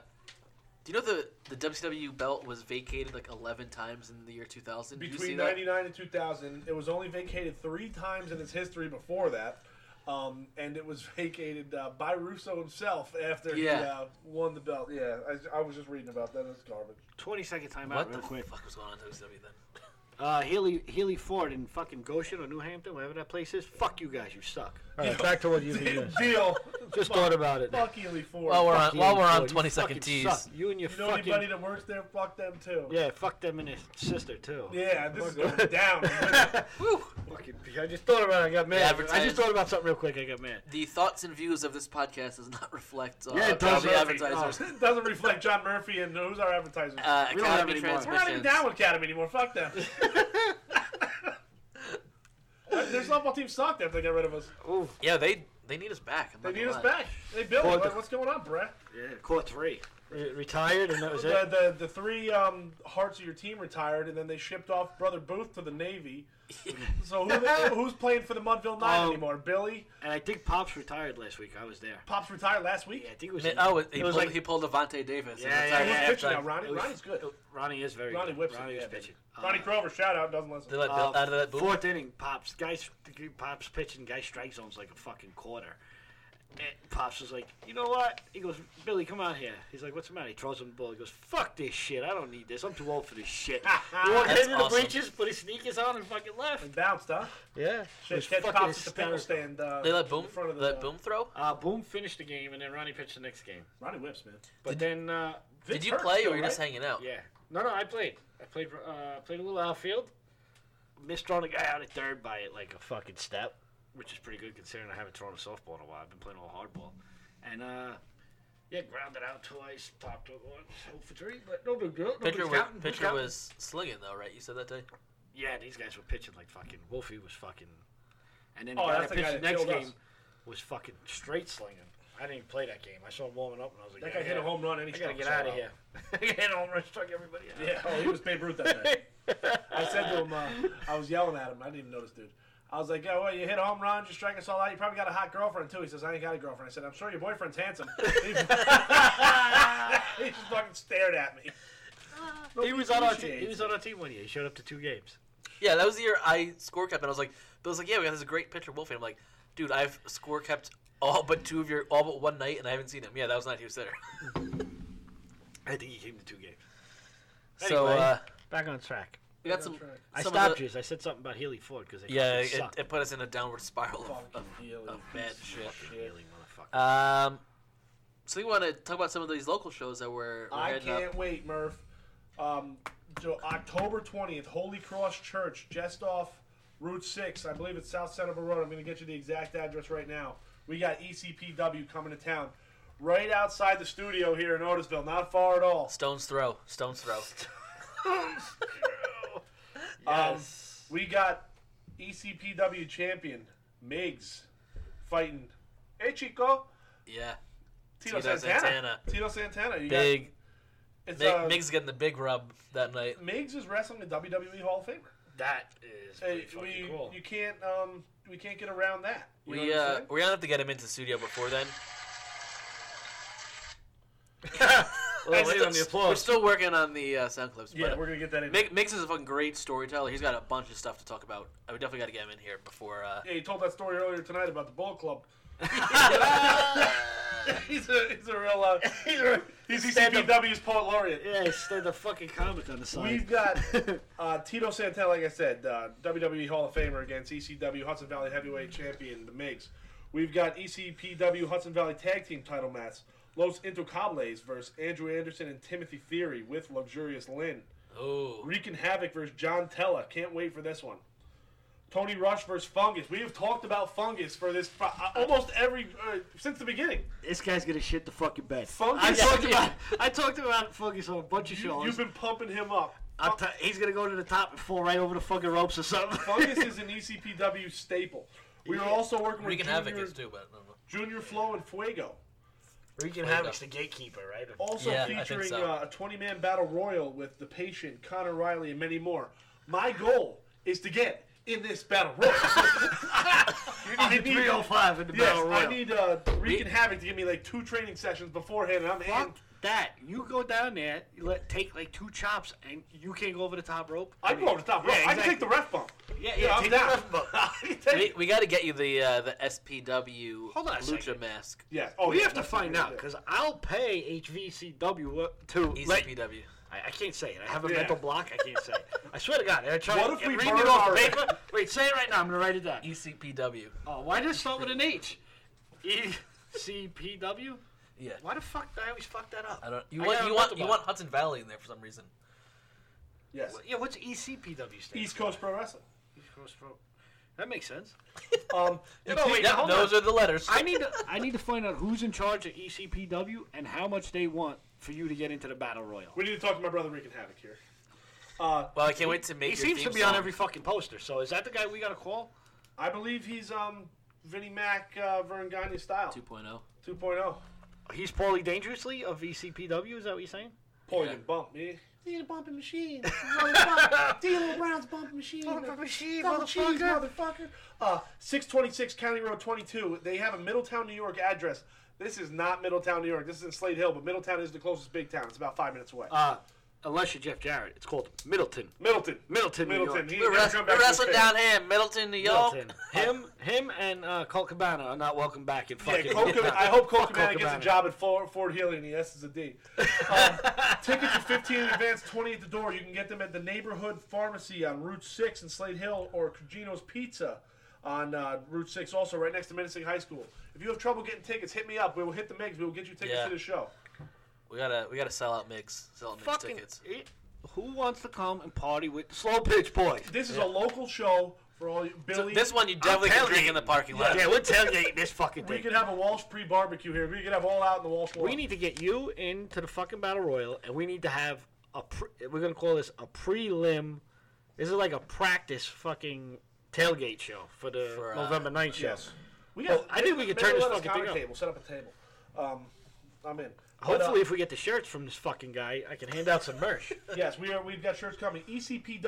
do you know the the WCW belt was vacated like 11 times in the year 2000? Did you see
Between
that?
99 and 2000, it was only vacated three times in its history before that. Um, and it was [LAUGHS] vacated uh, by Russo himself after he
Yeah.
uh, won the belt. Yeah, I, I was just reading about that. It's garbage. [LAUGHS]
20 second timeout,
What
real
the
quick.
fuck was going on in WCW E then?
Uh, Healy, Healy Ford in fucking Goshen or New Hampton, wherever that place is. Fuck you guys, you suck.
All right, back to what
[LAUGHS]
you
Deal.
did.
Deal.
Just thought about it.
Fuck Ely Ford.
While Oh, we're on,
Fuck
while
you,
we're on
Ford, you
20 second
fucking
tees,
suck. You and your
you know
fucking.
anybody that works there? Fuck them too.
Yeah, fuck them and his sister, too.
Yeah, this is going down. [LAUGHS]
Woo!
Fucking, I just thought about it, I got mad. I
Advertise.
just thought about something real quick, I got mad.
the thoughts and views of this podcast does not [LAUGHS] reflect uh,
Yeah, it
Academy
doesn't.
advertisers.
It doesn't reflect John Murphy and who's our advertiser.
Uh,
Oh. We don't have
Academy
any more.
We're not
transmissions.
even down with Academy anymore.
[LAUGHS]
Fuck them. Their Uh, softball team sucked after they got rid of us.
Oh, Ooh,
Yeah, they they need us back. I'm
They
not
need
gonna
us
lie.
back. They built
Well,
it.
the-
Like, What's going on, Brett?
yeah, court three.
Re- retired, and that was
The,
it.
the the three um, hearts of your team retired, and then they shipped off Brother Booth to
[LAUGHS]
the Navy. so who, who's playing for the Mudville Nine
Um,
anymore? Billy
And I think Pops retired last week. I was there.
Pops retired last week.
Yeah, I think it was.
Man, oh, he,
it
pulled,
was like
he pulled Avante Davis.
Yeah,
and
yeah,
that's
Who's
yeah,
how-
pitching now?
that's how-
Ronnie.
it was-
Ronnie's good.
Oh,
Ronnie is very
Ronnie
good.
whips it,
Ronnie is Uh,
yeah,
pitching.
Ronnie Crover, shout out. Doesn't listen.
uh, They let
Uh,
Bill out of that boot.
fourth inning, pops guys, pops pitching, guy strike zone's like a fucking quarter. And pops was like, you know what? He goes, Billy, come out here. He's like, what's the matter? He throws him the ball. He goes, fuck this shit. I don't need this. I'm too old for
[LAUGHS]
this shit. he walked
That's
into the
awesome.
bleachers, put his sneakers on, and fucking left.
And bounced, huh?
Yeah.
Shit,
was
catch
fucking
Pops at the pickle
hysterical.
stand. Uh,
They let Boom
in front of the
let Boom throw.
Uh, boom, finished the game, and then Ronnie pitched the next game.
Ronnie Whips, man.
But then, uh,
Did
Vince
you
Hurt's
play or
still,
were you just
right?
hanging out?
yeah, no, no, I played. I played, uh, played a little outfield. Missed throwing a guy out at third by it like a fucking step, which is pretty good considering I haven't thrown a softball in a while. I've been playing all hardball, and uh, yeah, grounded out twice, popped up once, 0 for three, but no big deal.
Pitcher,
Nobody's
was,
counting, nobody's
pitcher
counting.
was slinging though, right? You said that day.
yeah, these guys were pitching like fucking Wolfie was fucking, and then
Oh,
the guy
that's
that
the
pitched
guy
the
that
next
killed us.
game was fucking straight slinging. I didn't even play that game. I saw him warming up, and I was like,
That
yeah,
guy hit a
yeah.
home run and he
I gotta
struck
get
us all
out of here. [LAUGHS] and home run struck everybody out.
Yeah, oh, he was Babe Ruth that
[LAUGHS]
day. I said to him, uh, I was yelling at him. I didn't even notice, dude. I was like, yeah, well, you hit a home run, you strike us all out. You probably got a hot girlfriend, too. He says, I ain't got a girlfriend. I said, I'm sure your boyfriend's handsome. [LAUGHS] he just fucking stared at me.
He was on our team.
appreciates
He was on our team one year. He showed up to two games.
Yeah, that was the year I score kept, and I was like, Bill's like, yeah, we got this great pitcher, Wolfie. I'm like, dude, I've score kept all but two of your all but one night, and I haven't seen him. Yeah, that was not he was there.
I think he came to two games.
[LAUGHS] so
Anyway,
uh,
back on track.
we got some.
That's right.
I
some of
stopped
the-
you. I said something about Healy Ford because they
Yeah,
fucking
it,
suck.
it put us in a downward spiral of,
Fucking
of
Healy.
of bad shit.
Fucking Healy, motherfucker. [LAUGHS]
Um, so we want to talk about some of these local shows that we're, we're
I
heading up.
can't wait, Murph. Um, so October 20th, Holy Cross Church, just off Route 6. I believe it's South Central Road. I'm going to get you the exact address right now. We got E ECPW coming to town right outside the studio here in Otisville, not far at all.
Stone's throw. Stone's throw.
Um,
Yes. We got E ECPW champion Miggs fighting Hey Chico
Yeah.
Tito,
Tito
Santana.
Santana.
Tito Santana. You got-
Big.
it's,
Mig,
uh,
Mig's getting the big rub that night.
Miggs is wrestling the WWE E Hall of Famer.
that is pretty
Hey,
fucking
we,
cool.
you can't um we can't get around that. You know
We
what I'm
uh,
saying?
we're gonna have to get him into the studio before then.
Well,
We're
Oh, wait
still-
on the
We're
applause.
still working on the uh, sound clips.
yeah,
but,
we're gonna get that in.
Mig, Miggs is a fucking great storyteller. He's got a bunch of stuff to talk about. I would definitely got to get him in here before. Uh,
yeah, you told that story earlier tonight about the Bull Club. [LAUGHS] he's a he's a real uh, he's ECPW's poet laureate.
Yeah, he said the fucking comic on the side.
We've got uh, Tito E Santana, like I said, uh, WWE Hall of Famer against ECW Hudson Valley Heavyweight Champion, the Migs. We've got ECPW Hudson Valley Tag Team title match. Los Intocables versus Andrew Anderson and Timothy Theory with Luxurious Lynn.
Oh,
Wreaking Havoc versus John Tella. Can't wait for this one. Tony Rush versus Fungus. We have talked about Fungus for this pro- uh, almost every uh, since the beginning.
This guy's gonna shit the fucking bed. I
Fungus,
talked about I talked about Fungus on a bunch of
you,
shows.
have been pumping him up.
I'm t- he's gonna go to the top and fall right over the fucking ropes or something.
Fungus is an E ECPW staple. We are also working with
Regan
Junior,
Havoc is too, but I don't know.
Junior Flow and Fuego.
Region
Wait,
Havoc's the gatekeeper, right?
Oh,
Also
Yeah, I think
featuring
so.
uh, a 20-man battle royal with the patient, Connor Riley, and many more. My goal is to get in this battle
[LAUGHS]
royal. I need-
305 in the
Yes,
battle royal.
I need uh, Reek and Havoc to give me like two training sessions beforehand, and I'm in.
Fuck that. You go down there, you let take like two chops, and you can't go over the top rope.
I can go over the top rope.
Yeah,
I can take the ref bump.
Yeah,
Yeah,
yeah,
I'm
take
down.
the ref bump.
[LAUGHS] I can take-
We, we got to get you the uh, the SPW
Hold on a
Lucha
second.
mask.
yes. Oh,
We
yeah,
have to
that's
find
what
out
we did.
because I'll pay HVCW up uh, to.
E
Let,
ECPW.
I, I can't say it. I have a
Yeah.
mental block. I can't say it. I swear to God. I try
What
to
if we
read
burn
it off
our-
paper. Wait, say it right now. I'm gonna write it
E
down.
ECPW.
Oh, why did it start with an H? E C P W.
Yeah.
Why the fuck did I always fuck that up?
I don't. You
I
want
gotta
you want
think
you
about
want Hudson Valley in there for some reason.
Yes.
Yeah, what's E ECPW stand?
East Coast Pro Wrestling.
East Coast Pro. That makes sense.
Um, [LAUGHS] you
No,
take-
wait,
Yep,
hold
those
on.
are the letters.
[LAUGHS]
I need to I need to find out who's in charge of E ECPW and how much they want for you to get into the battle royal.
we need to talk to my brother Reek and Havoc here. Uh,
well, I can't wait to make. your
He seems to
theme
be on
song.
every fucking poster. So is that the guy we got to call?
I believe he's um, Vinnie Mac, uh, Vern Gagne style,
2.0.
2.0.
He's Paulie Dangerously of E ECPW. Is that what you're saying?
Point
Yeah.
and bump me.
He's a bumping machine. [LAUGHS] D'Lo Brown's bumping machine.
machine,
Double cheese, motherfucker. Uh, 626 County Road 22. They have a Middletown, New York address. This is not Middletown, New York. This is in Slade Hill, but Middletown is the closest big town. It's about five minutes away.
Uh, unless you're Jeff Jarrett, it's called Middleton.
Middleton.
Middleton, New
Middleton.
York.
He
We're,
never
wrest-
come
we're
back to this
wrestling
band.
down here in Middleton, New York.
[LAUGHS]
Middleton. Him, him, and uh, Colt Cabana are not welcome back in fucking.
Yeah, Cole
[LAUGHS]
Cabana- I hope Cole
Fuck
Cabana gets a
Cabana.
job at Ford, Ford Healy and the S is a D.
[LAUGHS]
Um, tickets are 15 in advance, 20 at the door. You can get them at the neighborhood pharmacy on Route 6 in Slade Hill or Cugino's Pizza on uh, Route 6, also right next to Menacing High School. If you have trouble getting tickets, hit me up. We will hit the Migs. We will get you tickets
Yeah.
to the show.
We gotta we gotta sell out Migs. Sell out Migs
Fucking.
tickets.
it- who wants to come and party with Slow Pitch Boys?
This is a local show for all you. Billy,
This one you definitely can
telling
drink
you.
in the parking lot.
Yeah, we're tailgating this fucking
we
thing.
could have a Walsh pre barbecue here. We could have all out in the Walsh
We
Walk.
need to get you into the fucking battle royal, and we need to have a. Pre- we're gonna call this a prelim. This is like a practice fucking tailgate show for the
For, uh,
November 9th show.
Yes. We got,
Well, I think we could
maybe
turn this
let us
fucking
counter
thing up.
table, Set up a table. Um, I'm in. But, uh,
Hopefully, if we get the shirts from this fucking guy, I can hand out some merch.
Yes, we are. We've got shirts coming. E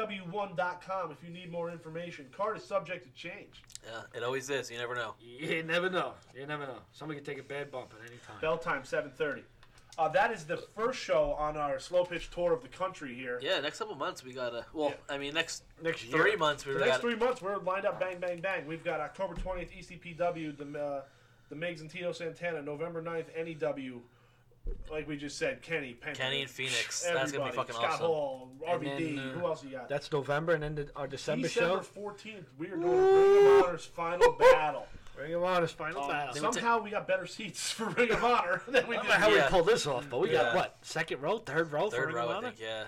ECPW1.com. If you need more information, card is subject to change.
Yeah, it always is. You never know.
[LAUGHS] you never know. You never know. Somebody can take a bad bump at any time.
Bell time 7:30. Uh, that is the first show on our slow pitch tour of the country here.
Yeah, next couple months we gotta. Well, I mean, next
Next year.
three months we
The next
got.
three months, we're lined up bang, bang, bang. We've got October E 20th, ECPW, the uh, the Migs and Tito Santana. November 9th, NEW. Like we just said, Kenny, Penta,
Kenny and Phoenix. That's gonna be
everybody.
fucking
Scott
awesome.
Hall, RVD.
And then, uh,
who else you got?
That's November, and then the, our December,
December
show.
14th, we are doing Ring of Honor's final battle.
Ring of Honor's final battle.
They were ta-
Uh, Somehow we got better seats [LAUGHS] for Ring of Honor than we
I don't
did.
know how
Yeah.
we pulled this off, but we
Yeah.
got what second row, third row, for
Third
Ring
row,
of
I
Honor?
think. Yeah.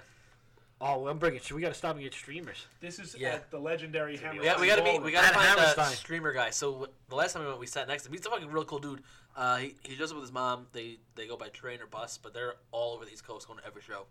Oh, I'm bringing. We got to stop and get streamers.
This is
Yeah.
at the legendary Hammer.
Yeah, we gotta be. We gotta
Matt
find a
Hammerstein.
streamer guy. So w- the last time we went, we sat next to him. He's a fucking real cool dude. Uh, he, he shows up with his mom. They they go by train or bus, but they're all over the East Coast going to every show.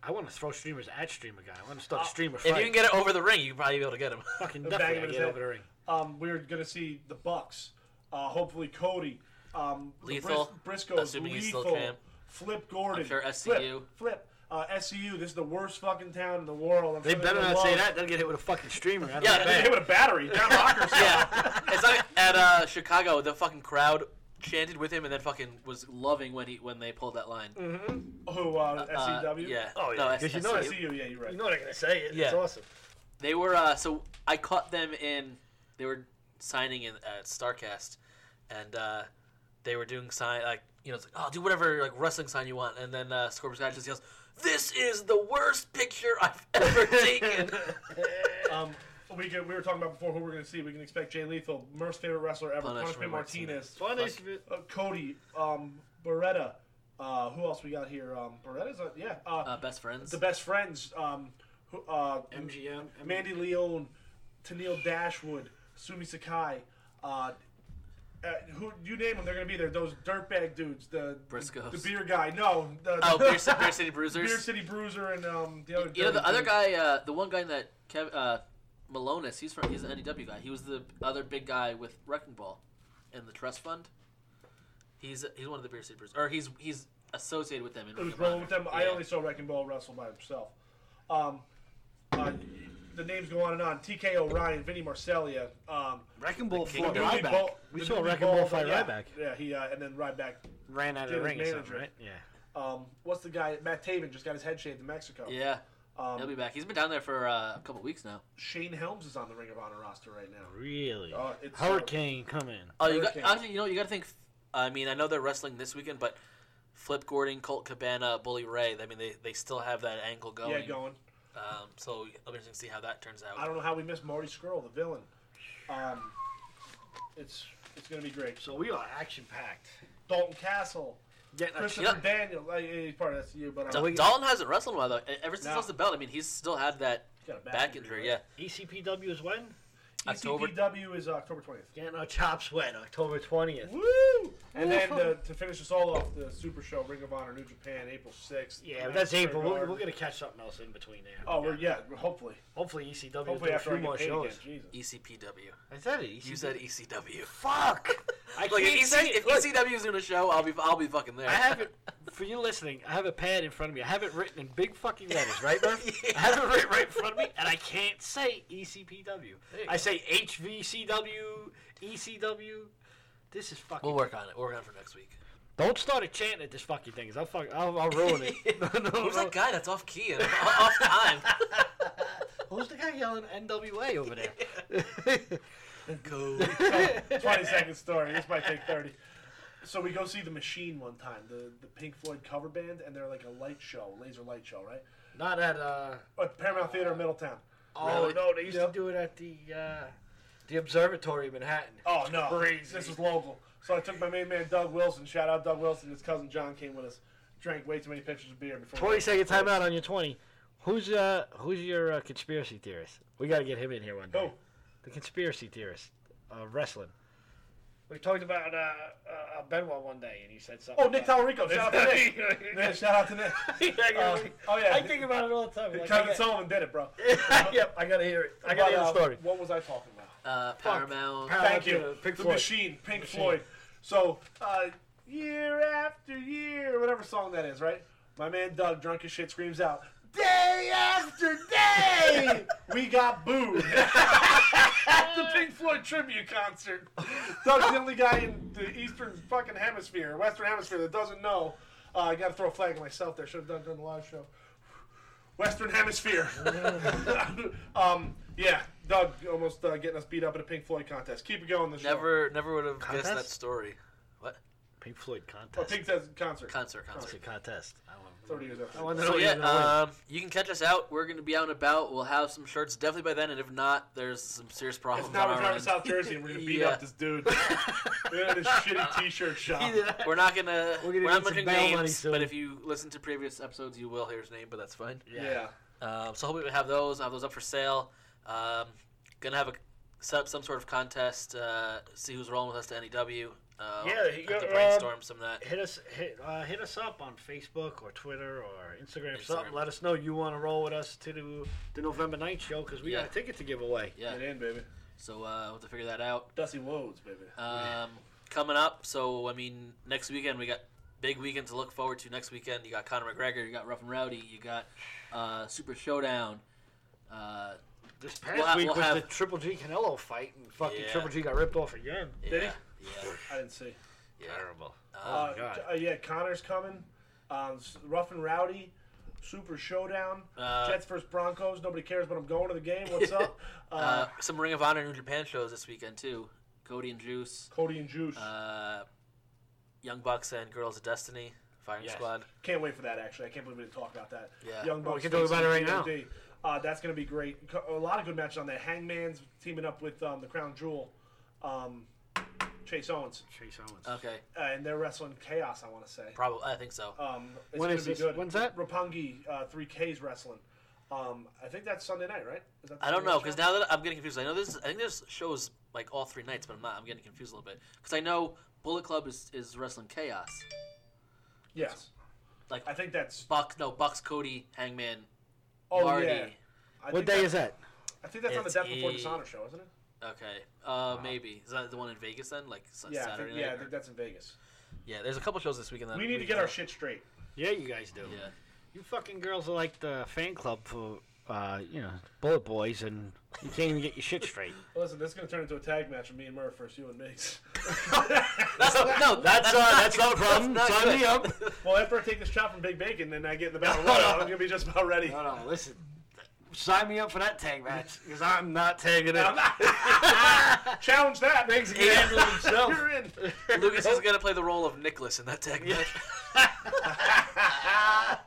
I want to throw streamers at streamer guy. I want to start a streamer
If
fight.
you can get it over the ring, you can probably be able to get him.
fucking
bang him
definitely
in
I
his
get
head.
over the ring.
Um, we're gonna see the Bucks. Uh, hopefully Cody. Um, the
Lethal,
Bris- Briscoes.
assuming he's still
lethal.
champ.
Flip Gordon.
I'm sure
Flip.
SCU.
Flip. Uh, SCU. This is the worst fucking town in the world. I'm
They
sure
better
gonna
not say
love-
that. They'll get hit with a fucking streamer. I don't
Yeah,
[LAUGHS]
know.
They hit with a battery. John Rocker.
[LAUGHS] [LAUGHS] yeah, it's like at uh, Chicago, the fucking crowd chanted with him, and then fucking was loving when he when they pulled that line.
[LAUGHS] Who? Uh,
Uh,
SCW.
yeah.
Oh, yeah,
No, S-
'cause you know
SCU.
SCU. Yeah, you're right.
You know what I'm gonna say? It's
Yeah.
awesome.
They were uh, so I caught them in. They were signing in at Starcast, and uh, they were doing sign like you know it's like oh do whatever like wrestling sign you want, and then uh, Scorpio Sky just yells, [LAUGHS] "This is the worst picture I've ever taken."
Um, we could, we were talking about before who we're going to see. We can expect Jay Lethal, Murph's favorite wrestler ever,
Punishment
Punishment Martinez,
Punish it.
uh, Cody, um, Beretta. Uh, who else we got here? Um, Beretta's uh, yeah. Uh,
Uh, best friends.
the best friends. Um, who, uh,
MGM.
Mandy Leone, Tennille Dashwood, Sumi Sakai. Uh, uh, who you name them? They're gonna be there. Those dirtbag dudes. The
Briscoes.
The beer guy. No. The,
oh,
[LAUGHS]
Beer City, Beer
Beer
City Bruisers.
City Bruiser and um the other.
you know the
dirty
other
dude.
guy, uh, the one guy that Kev, uh, Malonis. He's from. He's an NEW guy. He was the other big guy with Wrecking Ball, and the Trust Fund. He's he's one of the Beer City Bruisers, or he's he's associated with them. In
It was
Ring of
rolling
Honor.
with them. I
Yeah.
only saw Wrecking Ball wrestle by himself. Um, uh, the names go on and on. TK O'Bryan, Vinny Marcellia. Um,
Wrecking Ball
King
fought
Kong.
Ruby
Ryback.
Bull-
We
the
saw
Ruby
Wrecking Ball fight
yeah,
Ryback.
Yeah, he uh, and then Ryback.
Ran out of
Jim's
the ring or something,
manager.
right? Yeah.
Um, what's the guy? Matt Taven just got his head shaved in Mexico.
Yeah, he'll
Um,
be back. He's been down there for uh, a couple weeks now.
Shane Helms is on the Ring of Honor roster right now.
Really?
Uh, it's,
Hurricane coming.
Oh, you got
Hurricane.
actually. You know, you got to think. I mean, I know they're wrestling this weekend, but Flip Gordon, Colt Cabana, Bully Ray. I mean, they, they still have that angle
Uh,
going.
yeah, going.
Um, so it'll be interesting to see how that turns
I
out.
don't know how we missed Marty Skrull, the villain. Um, it's it's gonna be great.
So we are action packed.
Dalton Castle,
Getting a
Christopher
yeah.
Daniel. Like, he's part of that's you, but
Da-
uh,
Dalton hasn't wrestled in a while though. E- Ever since
No.
he lost the belt, I mean, he's still had that
he's got a
back, injury.
right?
Yeah,
E ECPW is when?
October.
ECPW is October 20th.
Getting our chops wet, October 20th.
Woo! And then uh, to finish us all off, the Super Show, Ring of Honor, New Japan, April 6th.
Yeah, but that's April. We're,
Garden.
we're going to catch something else in between there.
Oh, we're, yeah, hopefully.
Hopefully E ECW will
Hopefully
do a
after I
few
get
more
paid
shows.
again.
[LAUGHS]
Jesus.
E ECPW.
Is that it?
You said E ECW.
Fuck! [LAUGHS] I
Like if,
can't
EC,
say it.
if
Look,
ECW is doing a show, I'll be I'll be fucking there.
I have it for you listening. I have a pad in front of me. I have it written in big fucking letters,
[LAUGHS]
right, Murph? I have it written right in front of me, and I can't say E ECPW.
There you
I
go.
say HVCW, ECW. E This is fucking.
[LAUGHS] We'll work on it. We'll work on it for next week.
Don't start a chant at this fucking thing. 'cause I'll fuck. I'll, I'll
[LAUGHS]
ruin it. [LAUGHS] no, no,
Who's
no.
that guy that's off key and [LAUGHS] off time?
Who's the guy yelling NWA
[LAUGHS]
over there?
Go.
[LAUGHS] 20 second story. This might take 30. So we go see the Machine one time, the, the Pink Floyd cover band, and they're like a light show, laser light show, right?
[LAUGHS] Not at. uh...
At Paramount Theater in Middletown.
Oh
Really?
no, they used
Yeah.
to do it at the uh, the observatory in Manhattan.
Oh no,
Crazy.
this is local. So I took my main man Doug Wilson. Shout out Doug Wilson. His cousin John came with us. Drank way too many pictures of beer before.
Twenty second timeout on your twenty. Who's uh who's your uh, conspiracy theorist? We got to get him in here one day.
Who?
The conspiracy theorist, uh, wrestling.
We talked about uh, uh, Benoit one day, and he said something.
Oh, Nick Talarico. Shout out to Nick. Yeah, shout out to Nick.
[LAUGHS]
Uh, oh yeah.
I think about it all the time. Like,
cousin
I got-
Solomon did it,
[LAUGHS]
bro.
yep, I gotta hear it. I gotta hear the
But, uh,
story.
What was I talking about?
Uh, Paramount.
Paramount.
Thank
Uh,
you.
Pink
the
Floyd.
Machine, Pink Floyd. So, uh, year after year, whatever song that is, right? My man Doug, drunk as shit, screams out, Day after day,
[LAUGHS]
we got booed [LAUGHS] at the Pink Floyd tribute concert. Uh, [LAUGHS] Doug's the only guy in the Eastern fucking hemisphere, Western hemisphere, that doesn't know. Uh, I gotta throw a flag at myself there. Should have done it during the live show. Western Hemisphere. [LAUGHS] um, yeah, Doug almost uh, getting us beat up at a Pink Floyd contest. Keep it going. This show.
Never never would have guessed that
Contest?
story. What
Pink Floyd
Or
contest.
Pink Floyd concert.
concert? Concert.
It's a contest. I want-
30
[LAUGHS]
years
I
after.
want to know
So
what
yeah,
you're gonna win.
um, you can catch us out. We're going to be out and about. We'll have some shirts definitely by then, and if not, there's some serious problems.
If
on
not, we're
our
driving
end.
to South Jersey and we're
[LAUGHS]
gonna beat
Yeah.
up this dude. We're at this shitty
[LAUGHS]
T-shirt shop.
We're not gonna. We're,
We're gonna
not
need some
mentioning
bail money
names,
soon.
but if you listen to previous episodes, you will hear his name. But that's fine.
Yeah.
Um, so hopefully we have those. I'll have those up for sale. Um, gonna have a set up some sort of contest. Uh, see who's rolling with us to NEW. Uh,
Yeah,
have
he
to
got,
um,
brainstorm some of that.
Hit us, hit, uh, hit us up on Facebook or Twitter or Instagram.
Instagram.
Something. Let us know you want to roll with us to the, the November 9th show because we
Yeah.
got a ticket to give away.
Yeah.
Get in, baby.
So uh, we'll have to figure that out.
Dusty Woads, baby.
Um, coming up. So I mean, next weekend we got big weekend to look forward to. Next weekend you got Conor McGregor, you got Rough and Rowdy, you got uh, Super Showdown. Uh,
This past
We'll ha-
week
we'll
was
have-
the Triple G Canelo fight, and fucking
Yeah.
Triple G got ripped off again.
yeah,
Did he?
Yeah.
I didn't see.
Yeah.
Terrible.
Uh,
my God.
uh, yeah, Connor's coming. Um, s- rough and rowdy. Super showdown.
Uh,
Jets versus Broncos. Nobody cares, but I'm going to the game. What's up? Uh,
[LAUGHS] uh, some Ring of Honor New Japan shows this weekend too. Cody and Juice,
Cody and Juice.
uh, Young Bucks and Girls of Destiny, Firing
Yes.
Squad.
Can't wait for that. Actually, I can't believe we didn't talk about that.
Yeah.
Young
Well, we
Bucks
can talk
facing
about it right
GOD. Uh, that's going to be great. Co- A lot of good matches on there. Hangman's teaming up with um, the Crown Jewel, um, Chase Owens,
Chase Owens.
Okay,
uh, and they're wrestling Chaos. I want to say.
probably. I think so.
Um, it's
When
gonna
is
be
this?
good.
When's that?
Roppongi, uh, 3K's wrestling. Um, I think that's Sunday night, right? Is that the
I don't
Sunday
know
night
because
show?
now that I'm getting confused. I know this. I think there's shows like all three nights, but I'm not. I'm getting confused a little bit because I know Bullet Club is, is wrestling Chaos.
Yes.
Like
I think that's.
Buck, no Bucks, Cody, Hangman,
Oh,
Marty.
yeah. I
What
think
day
that-
is that?
I think that's on the
It's
Death Before
a-
Dishonor show, isn't it?
Okay, uh, maybe is that the one in Vegas then? Like s-
Yeah, I
Saturday
think, yeah, I
night.
think
or-
that's in Vegas.
yeah, there's a couple shows this weekend. That
We need to get our shit straight.
Yeah, you guys do.
Yeah,
You fucking girls are like the fan club for, uh, you know, Bullet Boys, and you can't even get your shit straight.
Listen, this is going to turn into a tag match with me and Murph versus you and [LAUGHS] Migs.
that's [LAUGHS] no. That's
uh,
not,
that's not a problem.
That's not
Sign me
good.
well, after I take this chop from Big Bacon and I get in the battle royal, I'm going to be just about ready. [LAUGHS]
No, no, listen. Sign me up for that tag match because I'm not tagging it.
[LAUGHS]
[LAUGHS]
Challenge that, Migs.
He handled
[LAUGHS]
himself.
You're in.
Lucas
[LAUGHS]
is gonna play the role of Nicholas in that tag
[LAUGHS]
match. [LAUGHS]
I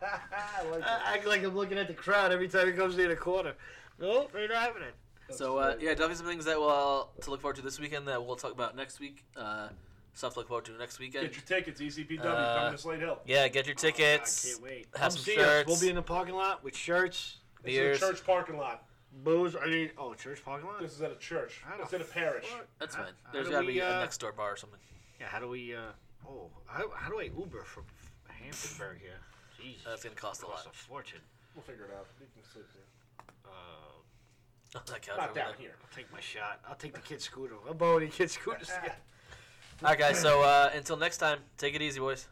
like that.
I act like I'm looking at the crowd every time he comes near the corner. Nope, ain't having it.
So uh, yeah, definitely some things that we'll uh, to look forward to this weekend that we'll talk about next week. Uh, stuff to look forward to next weekend.
Get your Oh, tickets, E ECPW,
Uh,
coming to Slate Hill.
yeah, get your
I
tickets.
can't wait.
Have
Come
some
see us.
shirts.
We'll be in the parking lot with shirts,
This is
beers.
a church parking lot.
booze. I mean, oh, church parking lot.
This is at a church.
I don't
It's in a parish.
fuck.
That's
How-
fine.
how
There's
do
gotta
we,
be
uh,
a next door bar or something.
Yeah, how do we? uh Oh, how, how do I Uber from Hamptonburg here? Jesus,
That's Uh, gonna cost a
costs
lot.
a fortune.
We'll figure it out. You can sleep here.
Uh,
[LAUGHS] On that couch
Not
over
down
there.
here.
I'll take my shot. I'll take the kid
[LAUGHS]
scooter. I'm borrowing the kid scooter.
All right, guys. So uh, until next time, take it easy, boys.